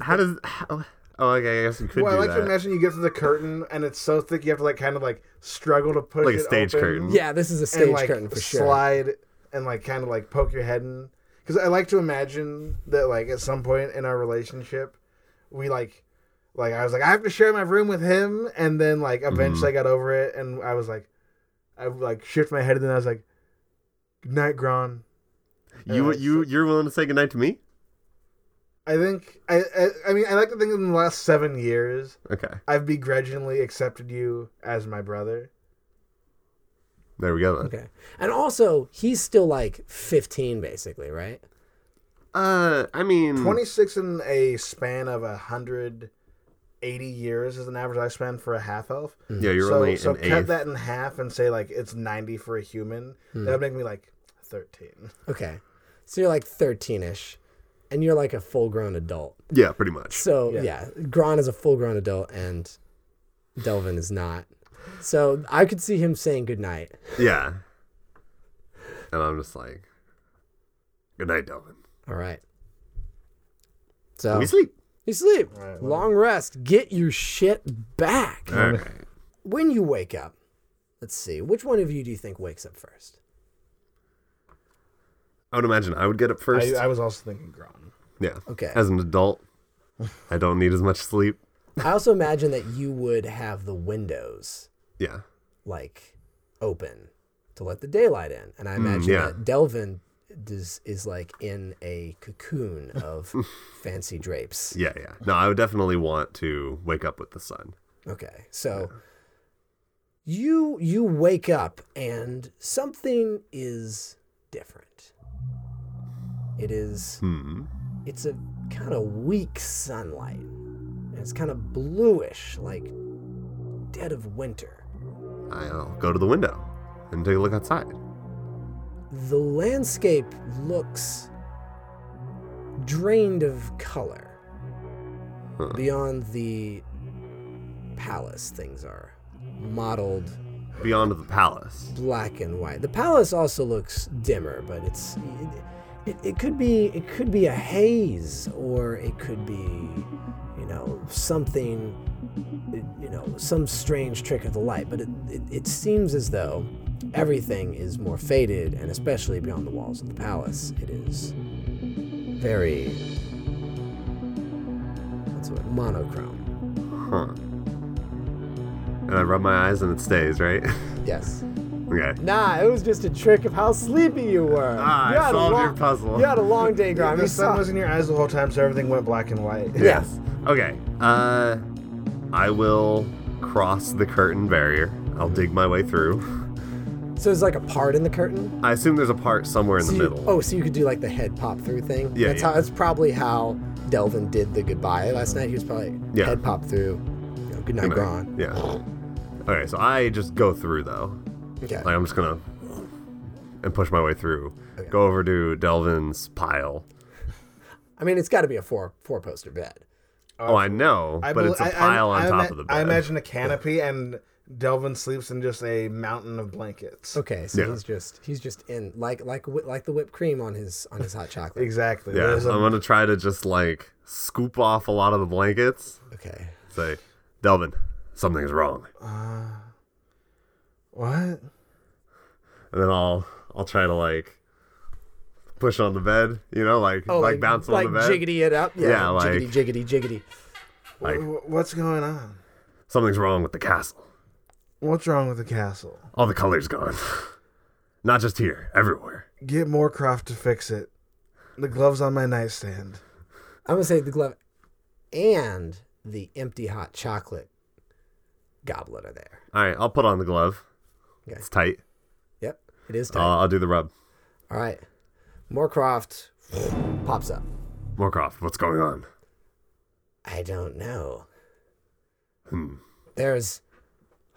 How does? How, oh, okay. I guess we could Well, I do like that. to imagine you get to the curtain, and it's so thick you have to like kind of like struggle to push Like a it stage open curtain. Yeah, this is a stage Mm-hmm. and like curtain for sure. slide and like kind of like poke your head in. Because I like to imagine that like at some point in our relationship, we like, like I was like I have to share my room with him, and then like eventually Mm-hmm. I got over it, and I was like, I would, like shift my head, and then I was like, "Good night, Gron." you uh, you you're willing to say goodnight to me? I think I, I I mean I like to think in the last seven years Okay. I've begrudgingly accepted you as my brother. There we go. Then. Okay. And also, he's still like 15, basically, right? Uh, I mean, 26 in a span of 180 years is an average lifespan for a half elf. Yeah, you're so only so an cut eighth. Hmm. that in half and say like it's 90 for a human. That would make me like 13. Okay. So you're like 13 ish, and you're like a full grown adult. Yeah, pretty much. So, yeah. Yeah. Gron is a full grown adult, and Delvin is not. So I could see him saying goodnight. Yeah. And I'm just like, good night, Delvin. All right. So We sleep. you sleep. Alright, well- Long rest. Get your shit back. All right. When you wake up, let's see. Which one of you do you think wakes up first? I would imagine I would get up first. I, I was also thinking Gron. yeah. Okay. As an adult, I don't need as much sleep. I also imagine that you would have the windows Yeah. like open to let the daylight in. And I imagine yeah. that Delvin is, is like in a cocoon of fancy drapes. Yeah. Yeah. No, I would definitely want to wake up with the sun. Okay. So you you wake up and something is different. It is Hmm. it's a kind of weak sunlight. And it's kind of bluish like dead of winter. I'll go to the window and take a look outside. The landscape looks drained of color. Huh. Beyond the palace things are mottled Beyond the palace. black and white. The palace also looks dimmer, but it's it, it could be it could be a haze or it could be you know something you know some strange trick of the light. But it, it, it seems as though everything is more faded, and especially beyond the walls of the palace, it is very what's the word monochrome. Huh. And I rub my eyes and it stays, right? Yes. okay. Nah, it was just a trick of how sleepy you were. Ah, you I had a solved long, your puzzle. You had a long day, Yeah, Grime. the You sun saw- was in your eyes the whole time, so everything went black and white. Yes. Okay. Uh, I will cross the curtain barrier. I'll dig my way through. So there's like a part in the curtain. I assume there's a part somewhere in So the you- middle. oh, so you could do like the head pop through thing. Yeah, that's yeah. how. That's probably how Delvin did the goodbye last night. He was probably Yeah. head pop through. You know, good night, Gron. Yeah. Okay, so I just go through though. Okay. Like I'm just gonna and push my way through. Okay. Go over to Delvin's pile. I mean, it's got to be a four four poster bed. Oh, I know, but bel- it's a I- I- pile on I top ima- of the bed. I imagine a canopy, and Delvin sleeps in just a mountain of blankets. Okay, so Yeah. he's just he's just in like like whi- like the whipped cream on his on his hot chocolate. Exactly. Yeah, There's a- I'm gonna try to just like scoop off a lot of the blankets. Okay. Say, Delvin, something's wrong, um, what? and then I'll I'll try to like push on the bed, you know, like like, bounce Oh, like on the bed. jiggity it up. Yeah, Yeah, jiggity, like- jiggity, jiggity. Like Wh- What's going on? something's wrong with the castle. What's wrong with the castle? All the color's gone. Not just here, everywhere. Get Moorcroft to fix it. The glove's on my nightstand. I'm gonna say the glove and the empty hot chocolate goblet are there. All right, I'll put on the glove. Okay. It's tight. Yep, it is Uh, time. I'll do the rub. Uh, All right, Moorcroft pops up. Moorcroft, what's going on? I don't know. Hmm. There's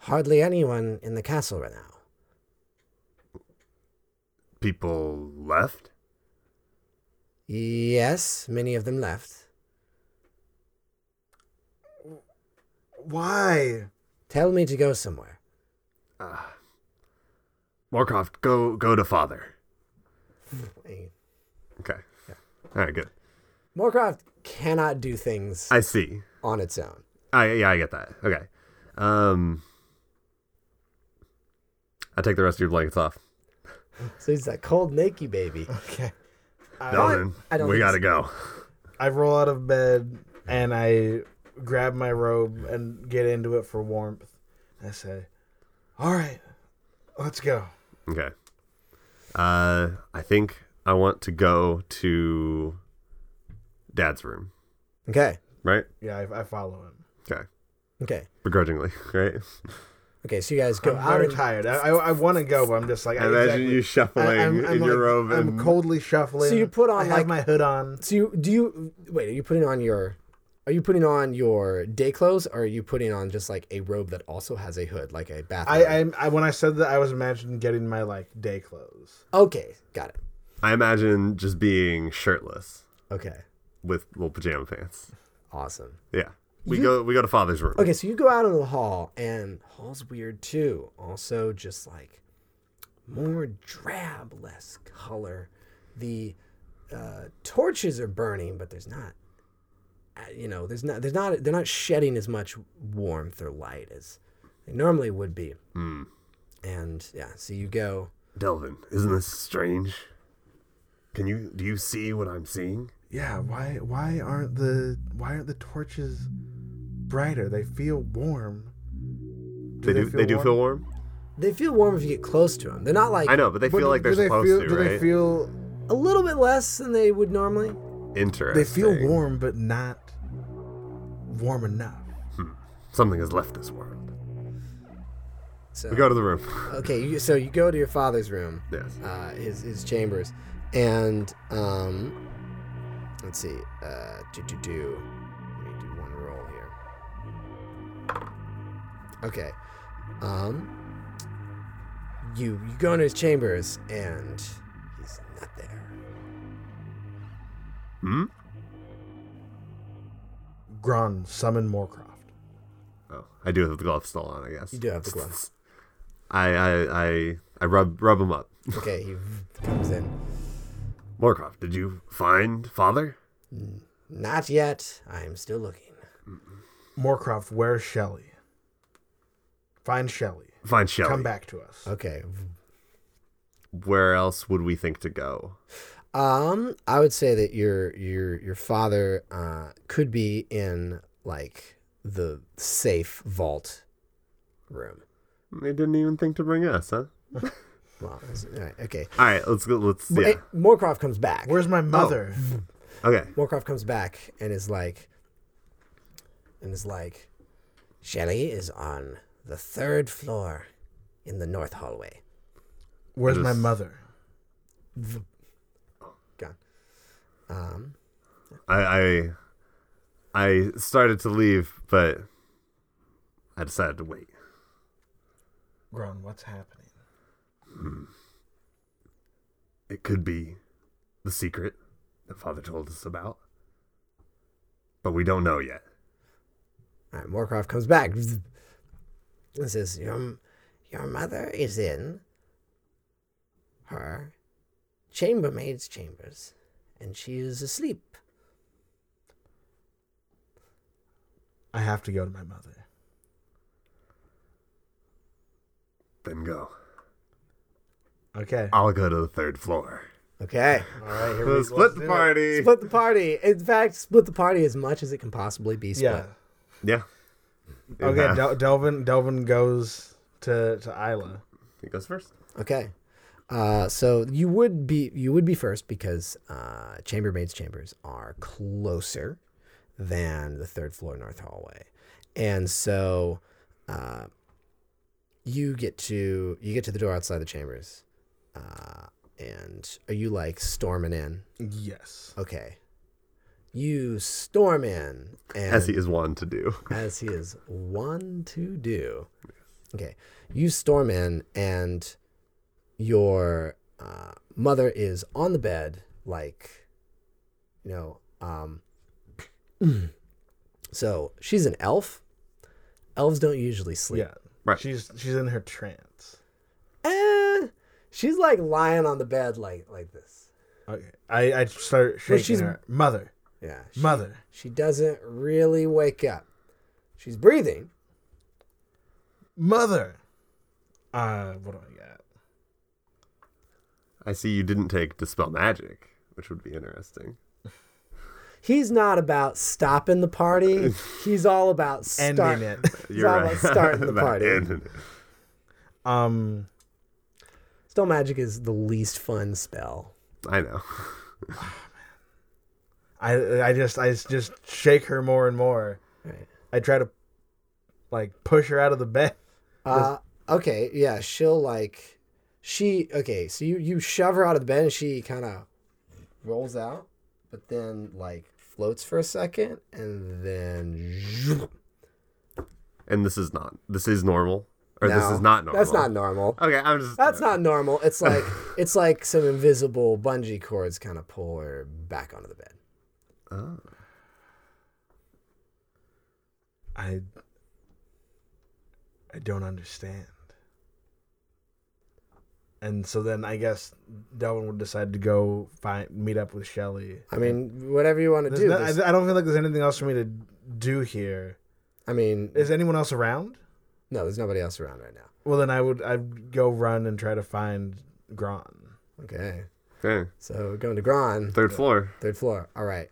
hardly anyone in the castle right now. People left? Yes, many of them left. Why? Tell me to go somewhere. Moorcroft, Ah. go go to father. Hey, Okay. All right, good. Moorcroft cannot do things I see. on its own. I Oh, yeah, I get that. Okay. Um I take the rest of your blankets off. So he's that cold naked baby. Okay. Delvin, I don't we think gotta so. go. I roll out of bed and I grab my robe and get into it for warmth. I say, All right, let's go. Okay. Uh I think I want to go to Dad's room, Okay, right? Yeah, I, I follow him. Okay. okay, Begrudgingly, right? okay. So you guys go I'm out very of tired. I, I, I want to go, but I'm just like, I imagine exactly- you shuffling I'm- I'm in your like- robe and I'm coldly shuffling. So you put on, I like- have my hood on. So you do you wait? Are you putting on your? Are you putting on your day clothes, or are you putting on just like a robe that also has a hood, like a bath? I, robe? I, I when I said that, I was imagining getting my like day clothes. okay, got it. I imagine just being shirtless Okay, with little pajama pants. awesome. Yeah. we go we go to father's room. Okay, so you go out into the hall, and hall's weird too. Also, just like more drab, less color. The uh, torches are burning, but there's not, uh, you know, there's not, there's not, they're not shedding as much warmth or light as they normally would be. Hmm. And yeah, so you go. Delvin, isn't this strange? Can you do you see what I'm seeing? Yeah, why why aren't the why aren't the torches brighter? They feel warm. they do they do feel warm? They feel warm if you get close to them. They're not like I know, but they But feel like do they're they supposed feel, to, do right? they feel a little bit less than they would normally. Interesting. they feel warm but not warm enough. Something has left this world. So We go to the room. okay, you, so you go to your father's room. yes. uh, his his chambers, and um, let's see, uh, do do do. Let me do one roll here. Okay, um, you you go into his chambers and he's not there. Hmm? Gron summon Moorcroft. Oh, I do have the glove still on, I guess. You do have the gloves. I I I, I rub rub him up. Okay, he comes in. Morcroft, did you find father? Not yet. I'm still looking. Moorcroft, where's Shelly? Find Shelly. Find Shelly. Come back to us. Okay. Where else would we think to go? Um, I would say that your your your father uh, could be in like the safe vault room. They didn't even think to bring us, huh? Well, that's- all right, okay. All right, let's go. Let's But, yeah. eh, Moorcroft comes back. Where's Oh. my mother? Okay. Moorcroft comes back and is like, and is like, Shelley is on the third floor in the north hallway. Where's my Just- mother? Gone. Um, I I I started to leave, but I decided to wait. Gron, what's happening? Hmm. It could be the secret that father told us about. But we don't know yet. all right, Moorcroft comes back and says, "Your your mother is in her chambermaid's chambers, and she is asleep." I have to go to my mother. Then go. Okay. I'll go to the third floor. Okay. All right, here we go. Uh, Let's split the do it. party. Split the party. In fact, split the party as much as it can possibly be split. Yeah. Yeah. Okay, Yeah. Del- Delvin Delvin goes to to Isla. He goes first. Okay. Uh, so you would be you would be first because uh, chambermaids' chambers are closer than the third floor north hallway, and so uh, you get to you get to the door outside the chambers, uh, and are you like storming in? Yes. Okay, you storm in, and As he is wont to do. as he is one to do. Okay, you storm in, and your uh, mother is on the bed, like, you know, um, so she's an elf. Elves don't usually sleep. Yeah. Right. She's she's in her trance. Eh, she's like lying on the bed, like like this. Okay. I, I start shaking she's- her. Mother. Yeah, she, Mother. she doesn't really wake up. She's breathing. Mother. Uh what do I got? I see you didn't take dispel magic, which would be interesting. He's not about stopping the party. He's all about Ending starting it. You're all right. about starting the About party. ending it. Um Stone magic is the least fun spell. I know. I I just I just shake her more and more. Right. I try to like push her out of the bed. Uh, okay, yeah, she'll like she okay, so you you shove her out of the bed and she kind of rolls out, but then like floats for a second and then And this is not. This is normal. Or this No, is not normal. That's not normal. Okay, I'm just. That's not normal. It's like it's like some invisible bungee cords kind of pull her back onto the bed. Oh. I I don't understand. And so then I guess Delvin would decide to go find meet up with Shelly. I mean, whatever you want to There's do. no- this- I, I don't feel like there's anything else for me to do here. I mean, Is anyone else around? no, there's nobody else around right now. Well, then I would I'd go run and try to find Gron. Okay. Okay. So going to Gron. Third floor. Third floor. All right.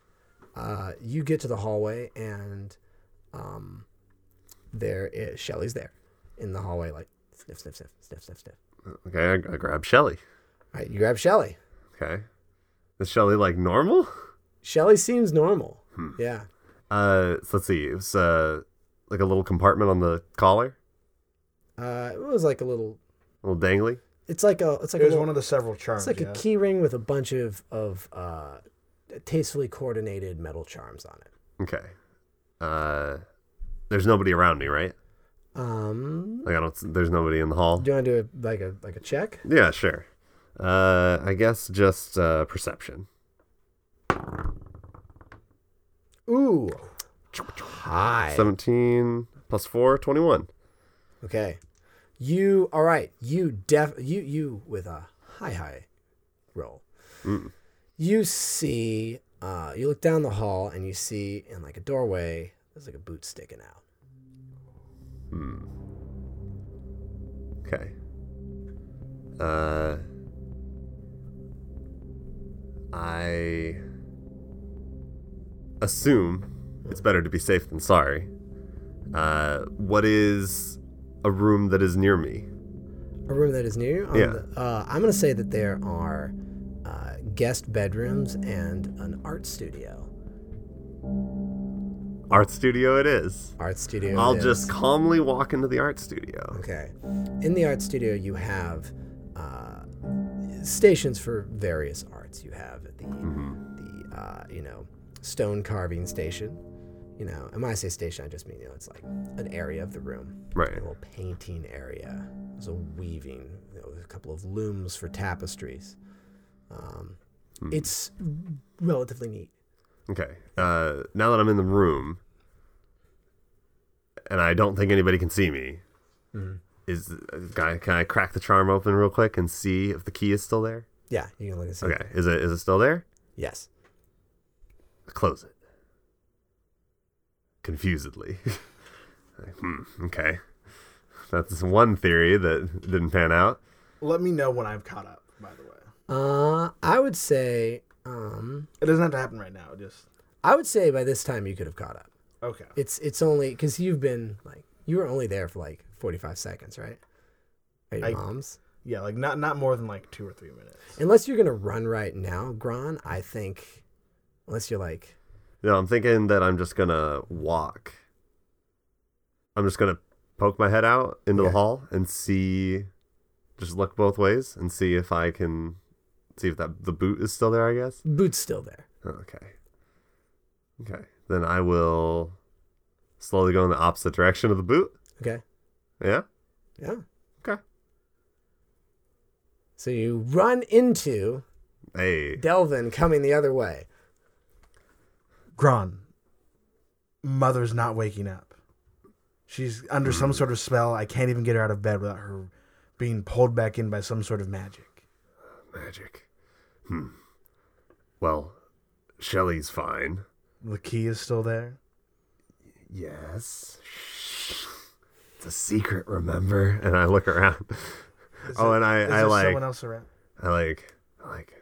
Uh, you get to the hallway, and um, there is Shelly's there in the hallway, like sniff, sniff, sniff, sniff, sniff, sniff. Okay, I, I grab Shelly. All right, you grab Shelly. Okay. Is Shelly like normal? Shelly seems normal. Yeah. Uh, so let's see. It was uh, like a little compartment on the collar, Uh, it was like a little. a little dangly. It's like a. It's like It a was little- one of the several charms. It's like yeah? a key ring with a bunch of of uh, tastefully coordinated metal charms on it. Okay. Uh, there's nobody around me, right? Um, Like I don't. There's nobody in the hall. do you want to do a, like a like a check? Yeah, sure. Uh, I guess just uh, perception. Ooh, hi. Seventeen plus four, 21. Okay. You all right? You def you you with a high high roll. Mm. You see, uh, you look down the hall and you see in like a doorway, there's like a boot sticking out. Hmm. Okay. Uh, I assume it's better to be safe than sorry. Uh, what is a room that is near me? A room that is near you. on Yeah. the- uh, I'm gonna say that there are uh, guest bedrooms and an art studio. Art studio it is. Art studio. I'll is- just calmly walk into the art studio. Okay. In the art studio, you have uh, stations for various arts. You have the the uh, you know stone carving station. You know, and when I say station, I just mean you know it's like an area of the room, a Right. little painting area. There's a weaving, you know, a couple of looms for tapestries. Um, It's relatively neat. Okay. Uh, now that I'm in the room, and I don't think anybody can see me, is can I, can I crack the charm open real quick and see if the key is still there? Yeah, you can look and see. Okay. Is it is it still there? Yes. Close it. Confusedly. Like, hmm, okay. That's one theory that didn't pan out. Let me know when I've caught up. By the way, Uh, I would say, um, it doesn't have to happen right now. Just I would say by this time you could have caught up. okay. it's it's only because you've been like you were only there for like 45 seconds right at your I- mom's Yeah, like not not more than like two or three minutes. unless you're gonna run right now Gron I think unless you're like No, I'm thinking that I'm just gonna walk. I'm just gonna poke my head out into Yeah. the hall and see, just look both ways and see if I can, see if that the boot is still there. I guess. boots still there Okay. Okay. Then I will slowly go in the opposite direction of the boot. okay Yeah. yeah Okay. so you run into Hey. Delvin coming the other way Gron, mother's not waking up. She's under Mm. some sort of spell. I can't even get her out of bed without her being pulled back in by some sort of magic. Magic. Hmm. Well, Shelly's fine. The key is still there. Yes. It's a secret, remember? And I look around. Is Oh, there- and I- is I there like- someone else around. I like I like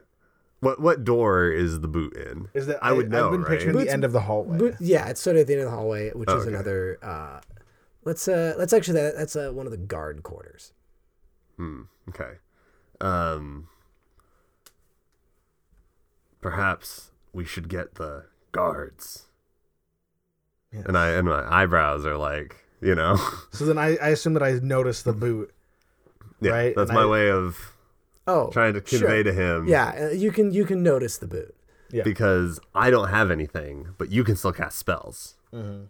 what what door is the boot in? Is that I would know, I've been right? picturing Boots- the end of the hallway. Boot, yeah it's sort of at the end of the hallway which Oh, is okay. another uh let's uh let's actually that, that's uh, one of the guard quarters Hmm, okay. Um Perhaps we should get the guards. Yes. And I and my eyebrows are like, you know. So then I, I assume that I noticed the boot. yeah, Right, that's and my I- way of oh trying to sure. convey to him yeah uh, you can you can notice the boot Yeah. because I don't have anything, but you can still cast spells. Mm-hmm.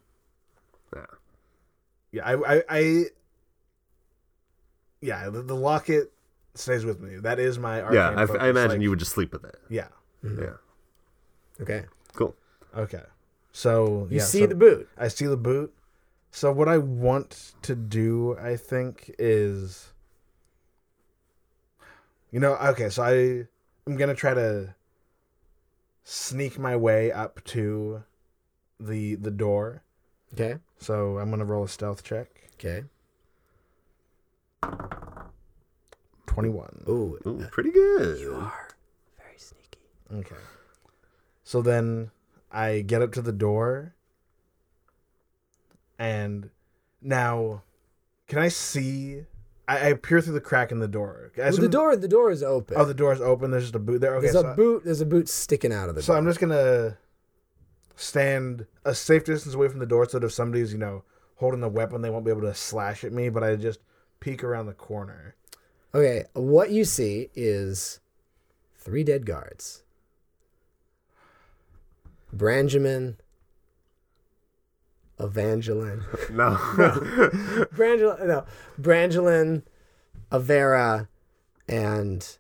Yeah. Yeah, I, I, I yeah, the, the locket stays with me. That is my arcane yeah, I, f- I focus, imagine like- you would just sleep with it. Yeah. Yeah. Mm-hmm. okay Cool. Okay. So You yeah, see so the boot. I see the boot. So what I want to do, I think, is you know, okay, so I I'm gonna try to sneak my way up to the the door. Okay. So I'm gonna roll a stealth check. Okay. Twenty one. Ooh. Ooh, pretty good. You are very sneaky. Okay. So then I get up to the door. And now, can I see? I, I peer through the crack in the door. I Well, the assume- door. The door is open. Oh, the door's open. There's just a boot there. Okay, there's so, a boot. There's a boot sticking out of the so door. I'm just gonna stand a safe distance away from the door, so that if somebody's you know holding a weapon, they won't be able to slash at me. But I just peek around the corner. Okay. What you see is three dead guards. Branjamin. Evangeline. No. Brangel no, Brangelin, Avera, and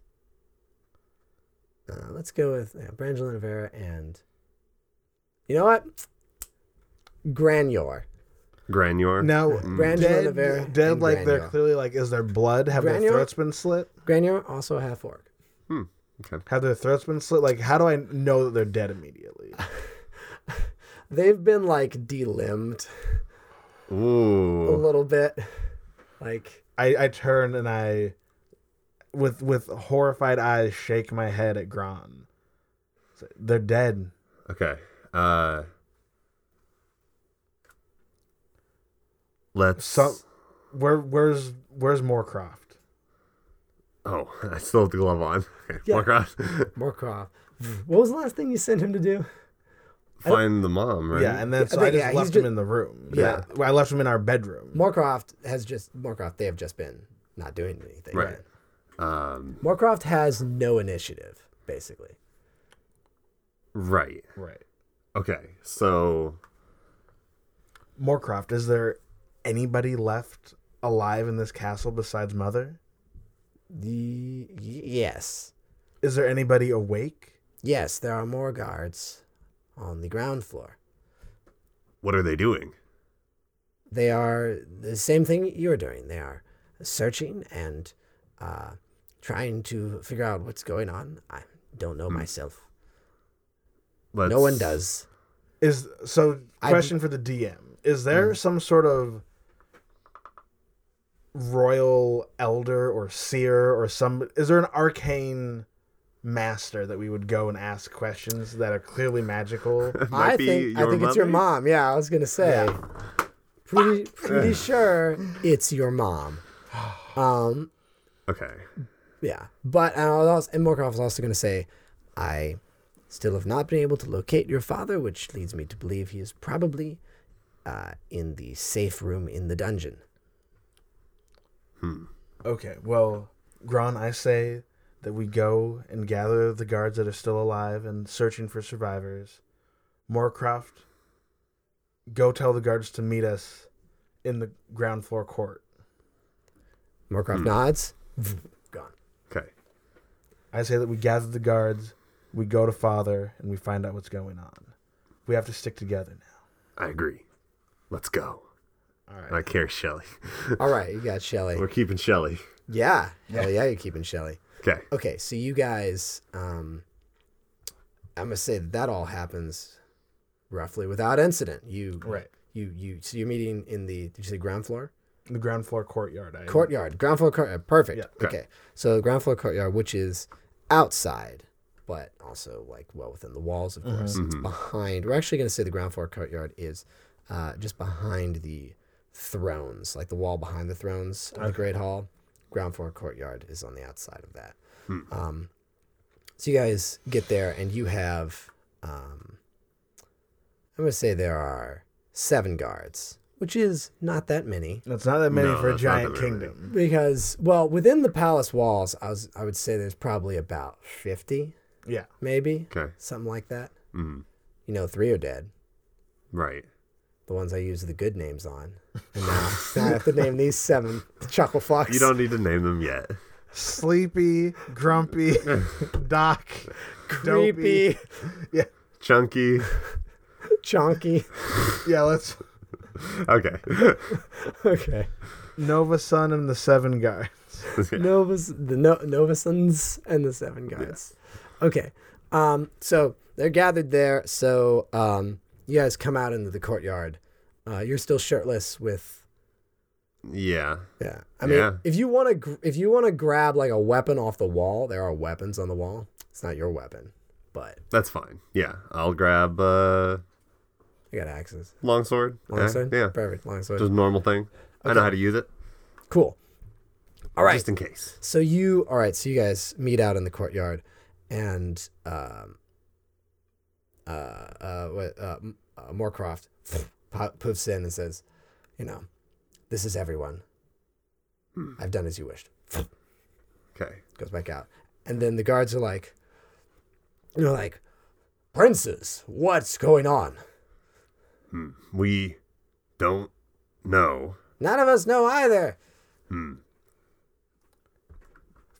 uh, let's go with yeah, Brangelin, Avera, and you know what? Granyor. Granure. Now, Brandon Mm. dead, Oliveira dead and like they're Granula. clearly like, is their blood? Have Granula? their throats been slit? Granyor also a half orc. Hmm, Have their throats been slit? Like, how do I know that they're dead immediately? They've been like delimbed a Ooh. little bit, like I, I turn and I, with with horrified eyes, shake my head at Gron. Say, They're dead. Okay. Uh Let's So, where where's where's Moorcroft? Oh, I still have the glove on. Okay. Yeah. Walk around. Morkov. What was the last thing you sent him to do? Find the mom, right? Yeah, and then so but I just yeah, he's left him ju- in the room. Yeah. Well, I left him in our bedroom. Morcroft has just Morcroft. They have just been not doing anything. Right. Um Morcroft has no initiative, basically. right. right. Okay. So Moorcroft, is there anybody left alive in this castle besides Mother? The y- yes, Is there anybody awake? yes, there are more guards on the ground floor. what are they doing? They are the same thing you're doing. They are searching and uh, trying to figure out what's going on. I don't Hmm. know myself. Let's, No one does. Is so I- question for the DM. Is there some sort of royal elder or seer or some is there an arcane master that we would go and ask questions that are clearly magical? Might I be think I your think it's your mother? mom. Yeah, I was gonna say. Pretty pretty sure it's your mom. Um, Okay. Yeah, but and, I was also, and Morkov was also going to say, I still have not been able to locate your father, which leads me to believe he is probably uh, in the safe room in the dungeon. Hmm, okay, well, Gron, I say that we go and gather the guards that are still alive and searching for survivors. Moorcroft, go tell the guards to meet us in the ground floor court. Morkov Hmm. nods. Gone. Okay. I say that we gather the guards, we go to Father, and we find out what's going on. We have to stick together now. I agree. Let's go. All right. I care Shelly. All right, you got Shelly. We're keeping Shelly. Yeah, hell yeah, you're keeping Shelly. Okay. Okay, so you guys, um, I'm gonna say that that all happens roughly without incident. You Right. You you so you're meeting in the did you say ground floor? The ground floor courtyard. I courtyard, ground floor courtyard. Perfect. Yeah. Okay. So the ground floor courtyard, which is outside, but also like well within the walls, Mm-hmm. of course. It's behind. We're actually going to say the ground floor courtyard is uh, just behind the thrones, like the wall behind the thrones of the Great Hall. Ground floor courtyard is on the outside of that. Hmm. Um, so you guys get there, and you have. Um, I'm going to say there are seven guards, which is not that many It's not that many No, for a that's not giant that many. kingdom. because well within the palace walls i was i would say there's probably about 50 Yeah. maybe Okay. something like that Mm. you know three are dead Right. the ones i use the good names on and now, now i have to name these seven the chuckle fox You don't need to name them yet. Sleepy, grumpy, Doc, creepy Yeah. Chunky. chonky Yeah, let's okay. okay. Nova Sun and the Seven Guys. Novas, the no- Novasons and the Seven Guys. Okay. Um, so they're gathered there. So um, you guys come out into the courtyard. Uh, you're still shirtless with. yeah. Yeah. I mean, Yeah. if you want to, gr- if you want to grab like a weapon off the wall, there are weapons on the wall. It's not your weapon, but That's fine. Yeah. I'll grab uh I got axes. longsword. Long sword. Yeah. yeah. Perfect. Long sword. Just normal thing. I know how to use it. cool. All right. Just in case. So you, all right. So you guys meet out in the courtyard, and um, uh, uh, what, uh, M- uh Moorcroft po- poofs in and says, "You know, this is everyone. I've done as you wished." Hmm. Okay. Goes back out, and then the guards are like, "You know, like, princes, what's going on? Hmm. We don't know. Hmm. None of us know either."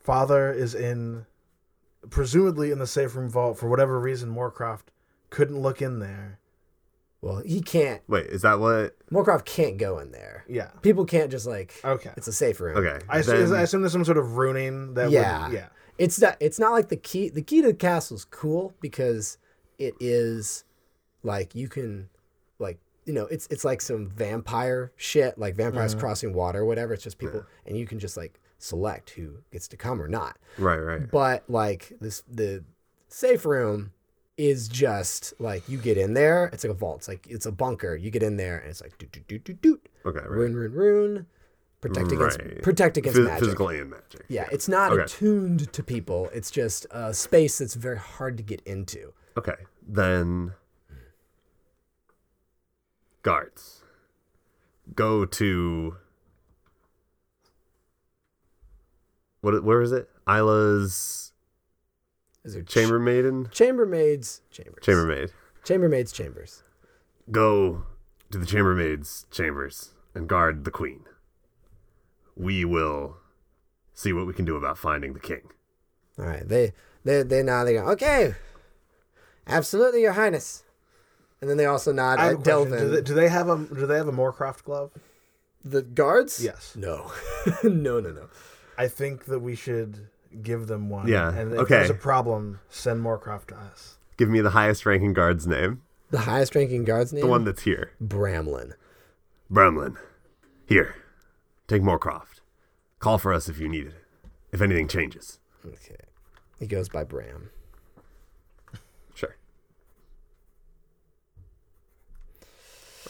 Father is in, presumably in the safe room vault for whatever reason. Moorcroft couldn't look in there. Well, he can't. Wait, is that what Moorcroft can't go in there. Yeah. People can't just like. Okay. It's a safe room. Okay. I, assume, then- I assume there's some sort of ruining that. yeah. Would, yeah. It's not it's not like the key the key to the castle's cool because it is like you can like you know, it's it's like some vampire shit, like vampires crossing water or whatever. It's just people and you can just like select who gets to come or not. right, right. But like this the safe room is just like you get in there, it's like a vault, it's like it's a bunker. You get in there and it's like doot doot doot doot doot. Okay, right. Rune rune rune. Protect against Right. protect against Phys- magic. Physical and magic. Yeah, it's not Okay. attuned to people. It's just a space that's very hard to get into. Okay. Then guards go to what? Where is it? Isla's Is there ch- chambermaiden. chambermaids? Chambers. Chambermaid. Chambermaids. Chambers. Go to the chambermaid's chambers and guard the queen. We will see what we can do about finding the king. All right. They they they nod. They go, okay. Absolutely, Your Highness. And then they also nod I have a at question. Do Delvin. they, do they have a Do they have a Moorcroft glove? the guards? Yes. No. no. No. No. I think that we should give them one. Yeah, And if okay. there's a problem, send Moorcroft to us. Give me the highest ranking guard's name. The highest ranking guard's name. The one that's here. Bramlin. Bramlin, here, take Moorcroft. Call for us if you need it, if anything changes. Okay. He goes by Bram. Sure.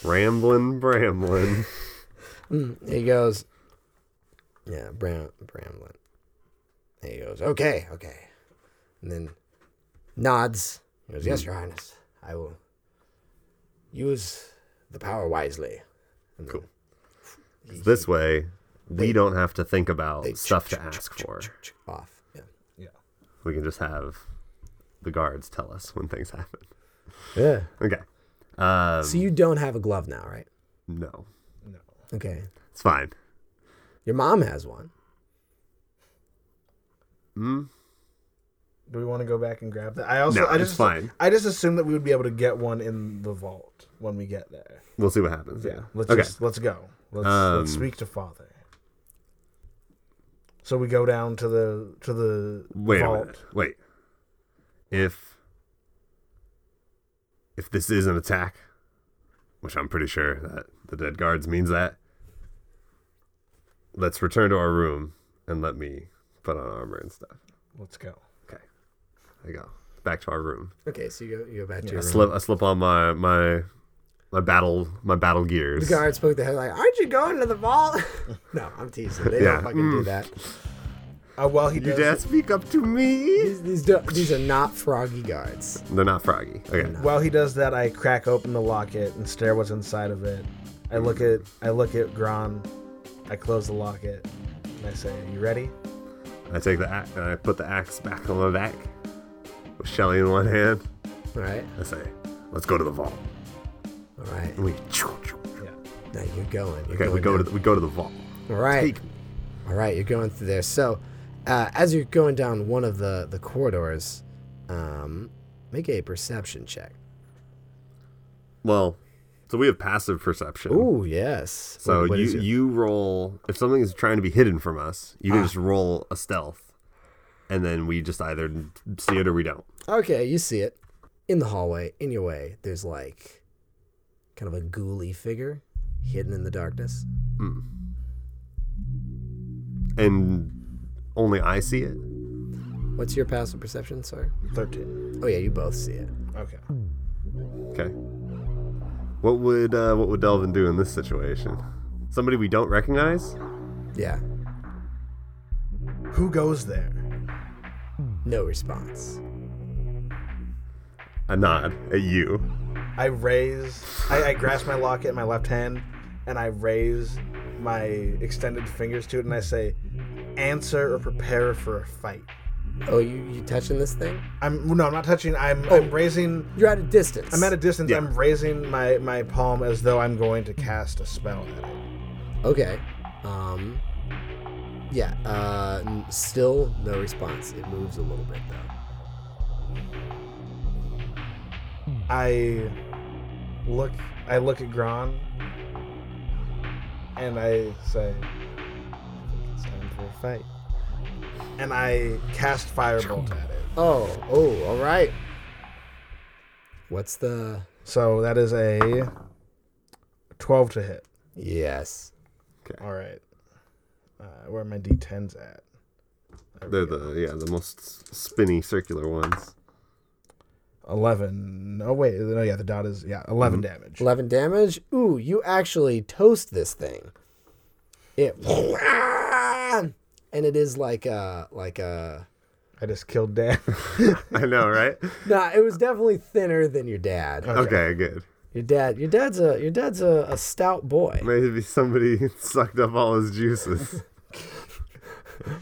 Ramblin' Bramlin. He goes, yeah, Bram Bramlin. He goes, okay, okay, and then nods. He goes, Hmm. yes, Your Highness, I will use the power wisely. And then- Cool. this way, we don't have to think about They stuff to ask for. Off. Yeah. We can just have the guards tell us when things happen. Yeah. Okay. Um, So you don't have a glove now, right? no, Okay. it's fine. Your mom has one. Mm? Do we want to go back and grab that? I also No, I it's just fine. I just assumed that we would be able to get one in the vault when we get there. We'll see what happens. Yeah. Let's okay. just, let's go. Let's, Um, let's speak to Father. So we go down to the to the Wait a vault. minute. Wait. If if this is an attack, which I'm pretty sure that the dead guards means that, let's return to our room and let me put on armor and stuff. Let's go. Okay. There you go. Back to our room. Okay, so you go you go back to I your room. slip I slip on my my my battle my battle gears. The guard spoke to her like, "Aren't you going to the vault?" no, I'm teasing. They Yeah. don't fucking do that. Uh, while he You does, dare speak up to me? These these, do- these are not froggy guards. They're not froggy. Okay. While he does that, I crack open the locket and stare what's inside of it. I look at I look at Gron. I close the locket and I say, "You ready?" I take the axe and I put the axe back on my back with Shelly in one hand. All right, I say, let's go to the vault. all right. And we, Yeah. Now you're going. You're okay, going we go down. to the, we go to the vault. all right, Take me. all right. You're going through there. So, uh, as you're going down one of the the corridors, um, make a perception check. Well, So we have passive perception. Ooh, yes. So What- what you is it? you roll if something is trying to be hidden from us, you Ah. can just roll a stealth, and then we just either see it or we don't. Okay, you see it. In the hallway, in your way, there's like kind of a ghouly figure hidden in the darkness. And only I see it. What's your passive perception, sir? 13. Oh yeah, you both see it. Okay. Okay. What would uh, what would Delvin do in this situation? Somebody we don't recognize? Yeah. Who goes there? No response. A nod at you. I raise, I, I grasp my locket in my left hand, and I raise my extended fingers to it, and I say, "Answer or prepare for a fight." Oh, you you touching this thing? I'm no, I'm not touching. I'm Oh. I'm raising. You're at a distance. I'm at a distance. Yeah. I'm raising my my palm as though I'm going to cast a spell at it. Okay. Um. Yeah. Uh. n- Still no response. It moves a little bit though. I look I look at Gron and I say it's time for a fight. And I cast firebolt at it. Oh. Oh. All right. What's the? So that is a twelve to hit. Yes. Alright. Uh, where are my D tens at? They're the yeah the most spinny circular ones. Eleven. Oh wait, no yeah, the dot is yeah, 11 Mm-hmm. damage. 11 damage. Ooh, you actually toast this thing. It and it is like a like a I just killed Dan. I know, right? Nah, it was definitely thinner than your dad. okay, good. Your dad, your dad's a your dad's a, a stout boy. Maybe somebody sucked up all his juices.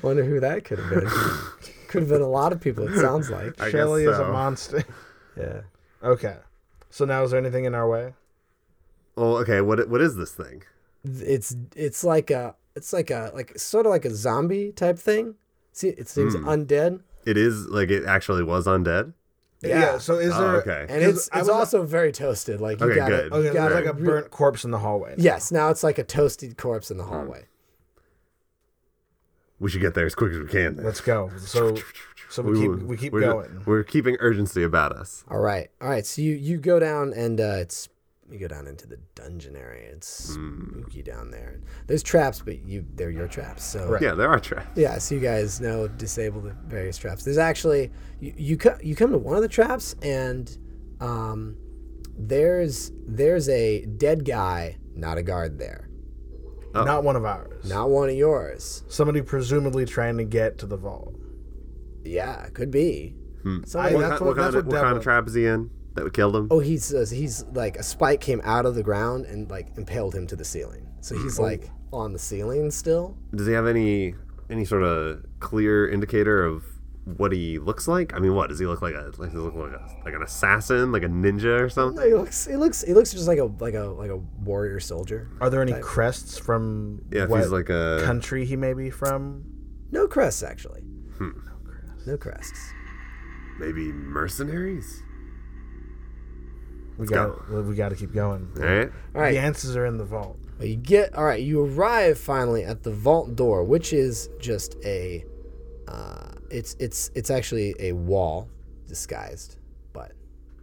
Wonder who that could have been. could have been a lot of people. It sounds like. I guess Shelly is a so. monster. Yeah. okay. So now is there anything in our way? Well, okay. What what is this thing? It's it's like a it's like a like sort of like a zombie type thing. See, it seems Hmm. undead. It is like it actually was undead. Yeah. so is Oh, there okay. And 'Cause it's I it's was- also very toasted. Like you Okay, got good. it. Okay, You Okay, got there's like it. a burnt Hmm. corpse in the hallway. Yes, now it's like a toasted corpse in the hallway. We should get there as quick as we can. then. Let's go. So so we, will- keep we keep we're, going. We're keeping urgency about us. All right, all right. So you you go down and uh, it's you go down into the dungeon area. It's Hmm. spooky down there. There's traps, but you they're your traps. So Right. Yeah, there are traps. yeah, so you guys know disable the various traps. There's actually you you, co- you come to one of the traps and um, there's there's a dead guy, not a guard there, Not one of ours. not one of yours. Somebody presumably trying to get to the vault. Yeah, could be. So I- like- What, kind, that's what- what, kind, that's of, what what kind Devlin- of trap is he in that would kill him? Oh, he's uh, he's like a spike came out of the ground and like impaled him to the ceiling. So he's like on the ceiling still. Does he have any any sort of clear indicator of what he looks like? I mean, what does he look like? A like, does he look like a, like an assassin, like a ninja or something? He looks he looks he looks just like a like a like a warrior soldier. Are there any crests from Yeah, if what he's like a country he may be from? No crests actually. Hmm. No crests. maybe mercenaries. We go. got we got to keep going. All right. All right. The answers are in the vault. Well, you get all right. You arrive finally at the vault door, which is just a. Uh, it's it's it's actually a wall disguised, but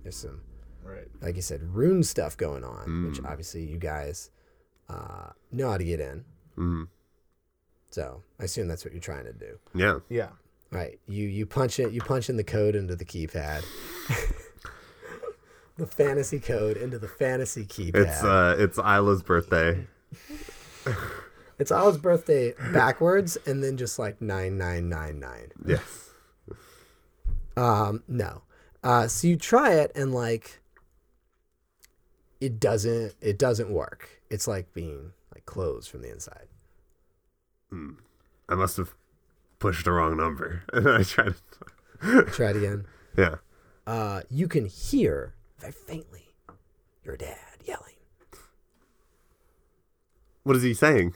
there's some Right. like you said rune stuff going on, Hmm. which obviously you guys uh, know how to get in. Mm. So I assume that's what you're trying to do. Yeah. Yeah. All right, you you punch it. You punch in the code into the keypad. the fantasy code into the fantasy keypad. It's uh, it's Isla's birthday. It's Al's birthday backwards and then just like 9999. Yes. Um, no. Uh, so you try it and like it doesn't it doesn't work. It's like being like closed from the inside. I must have pushed the wrong number, and I tried. To, Try it again. yeah. Uh, you can hear very faintly your dad yelling. What is he saying?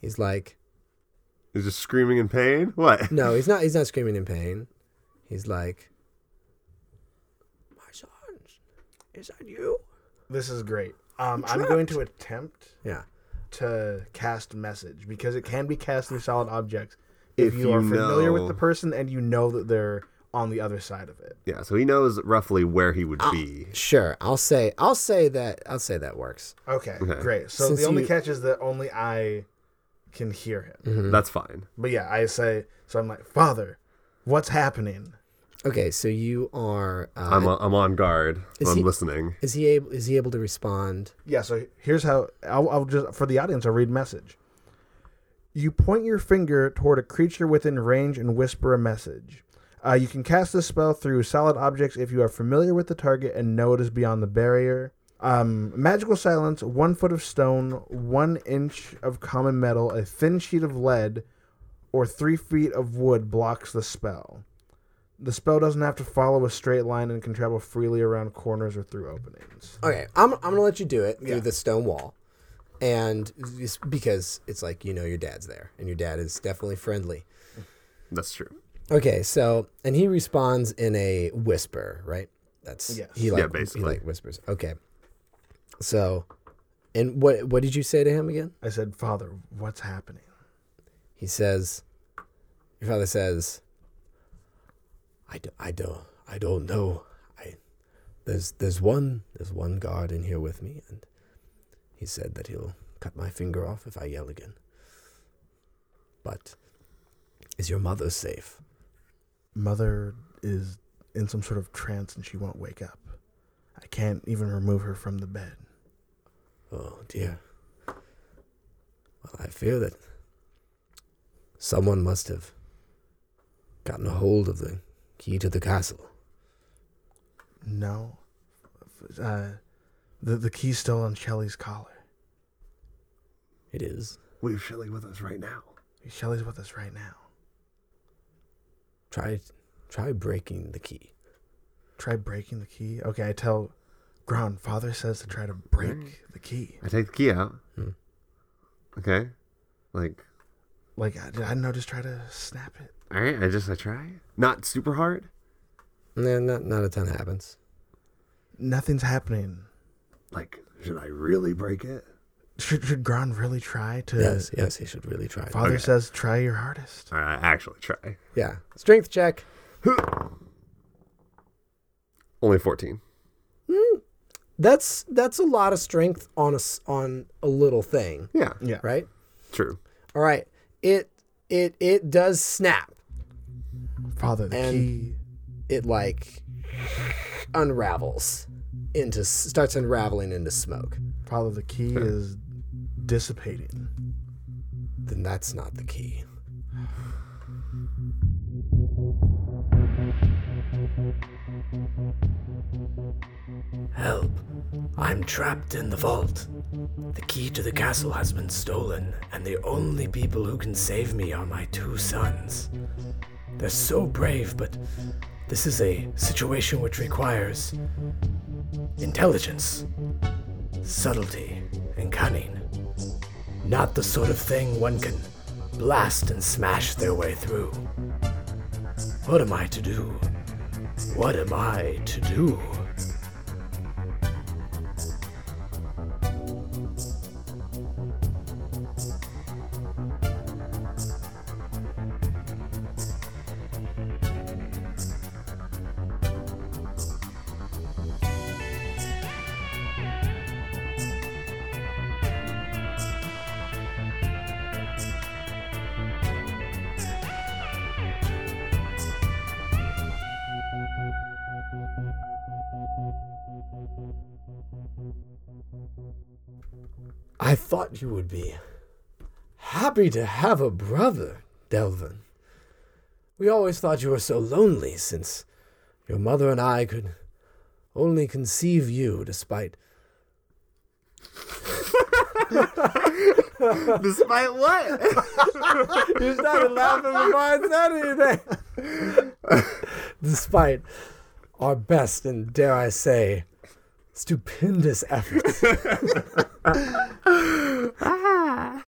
He's like, He's just screaming in pain. What? no, he's not. He's not screaming in pain. He's like, my sons, is that you? This is great. Um, I'm going to attempt Yeah. to cast message because it can be cast through solid objects If if, you are you familiar know- with the person and you know that they're on the other side of it. Yeah, so he knows roughly where he Ah. would be. Sure. I'll say I'll say that I'll say that works. Okay, great. So Since the only you- Mm-hmm. catch is that only I can hear him. That's fine. But yeah, I say so. I'm like, Father, what's happening? Okay, so you are uh, I'm, I'm on guard. Is I'm he- listening. is he able is he able to respond? Yeah, so here's how I'll, I'll just for the audience, I'll read message. You point your finger toward a creature within range and whisper a message. Uh, you can cast this spell through solid objects if you are familiar with the target and know it is beyond the barrier. Um, magical silence, one foot of stone, one inch of common metal, a thin sheet of lead, or three feet of wood blocks the spell. The spell doesn't have to follow a straight line and can travel freely around corners or through openings. Okay, I'm I'm gonna let you do it through the stone wall, and just because it's like you know your dad's there, and your dad is definitely friendly. That's true. Okay, so and he responds in a whisper, right? That's Yes. he like Yeah, basically. he like whispers. Okay, so and what what did you say to him again? I said, Father, what's happening? He says, your father says, I, do, I don't I don't know. I there's there's one there's one guard in here with me, and he said that he'll cut my finger off if I yell again. But is your mother safe? Mother is in some sort of trance and she won't wake up. I can't even remove her from the bed. Oh dear. Well, I fear that someone must have gotten a hold of the key to the castle. No. Uh, the, the key's still on Shelley's collar. It is. We have Shelly with us right now. Shelley's with us right now. Try try breaking the key. Try breaking the key. Okay, I tell Gron, Father says to try to break the key. I take the key out. Hmm. Okay. Like, Like, I, I don't know, just try to snap it. all right, I just, I try. Not super hard. No, not not a ton happens. Nothing's happening. Like, should I really break it? Should, should Gron really try to? Yes, yes, he should really try. Father Okay. says, try your hardest. All right, I actually try. Yeah, strength check. Only 14. That's that's a lot of strength on a s- on a little thing, Yeah, Yeah. right? true. All right, it it it does snap. Father, the And- key It like unravels into s- starts unraveling into smoke. Father, the key is dissipating. Then that's not the key. Help. I'm trapped in the vault. The key to the castle has been stolen, and the only people who can save me are my two sons. They're so brave, but this is a situation which requires intelligence, subtlety, and cunning. Not the sort of thing one can blast and smash their way through. What am I to do? What am I to do? I thought you would be happy to have a brother, Delvin. We always thought you were so lonely since your mother and I could only conceive you despite Despite what? You started laughing before I said anything. Despite our best and, dare I say, stupendous efforts.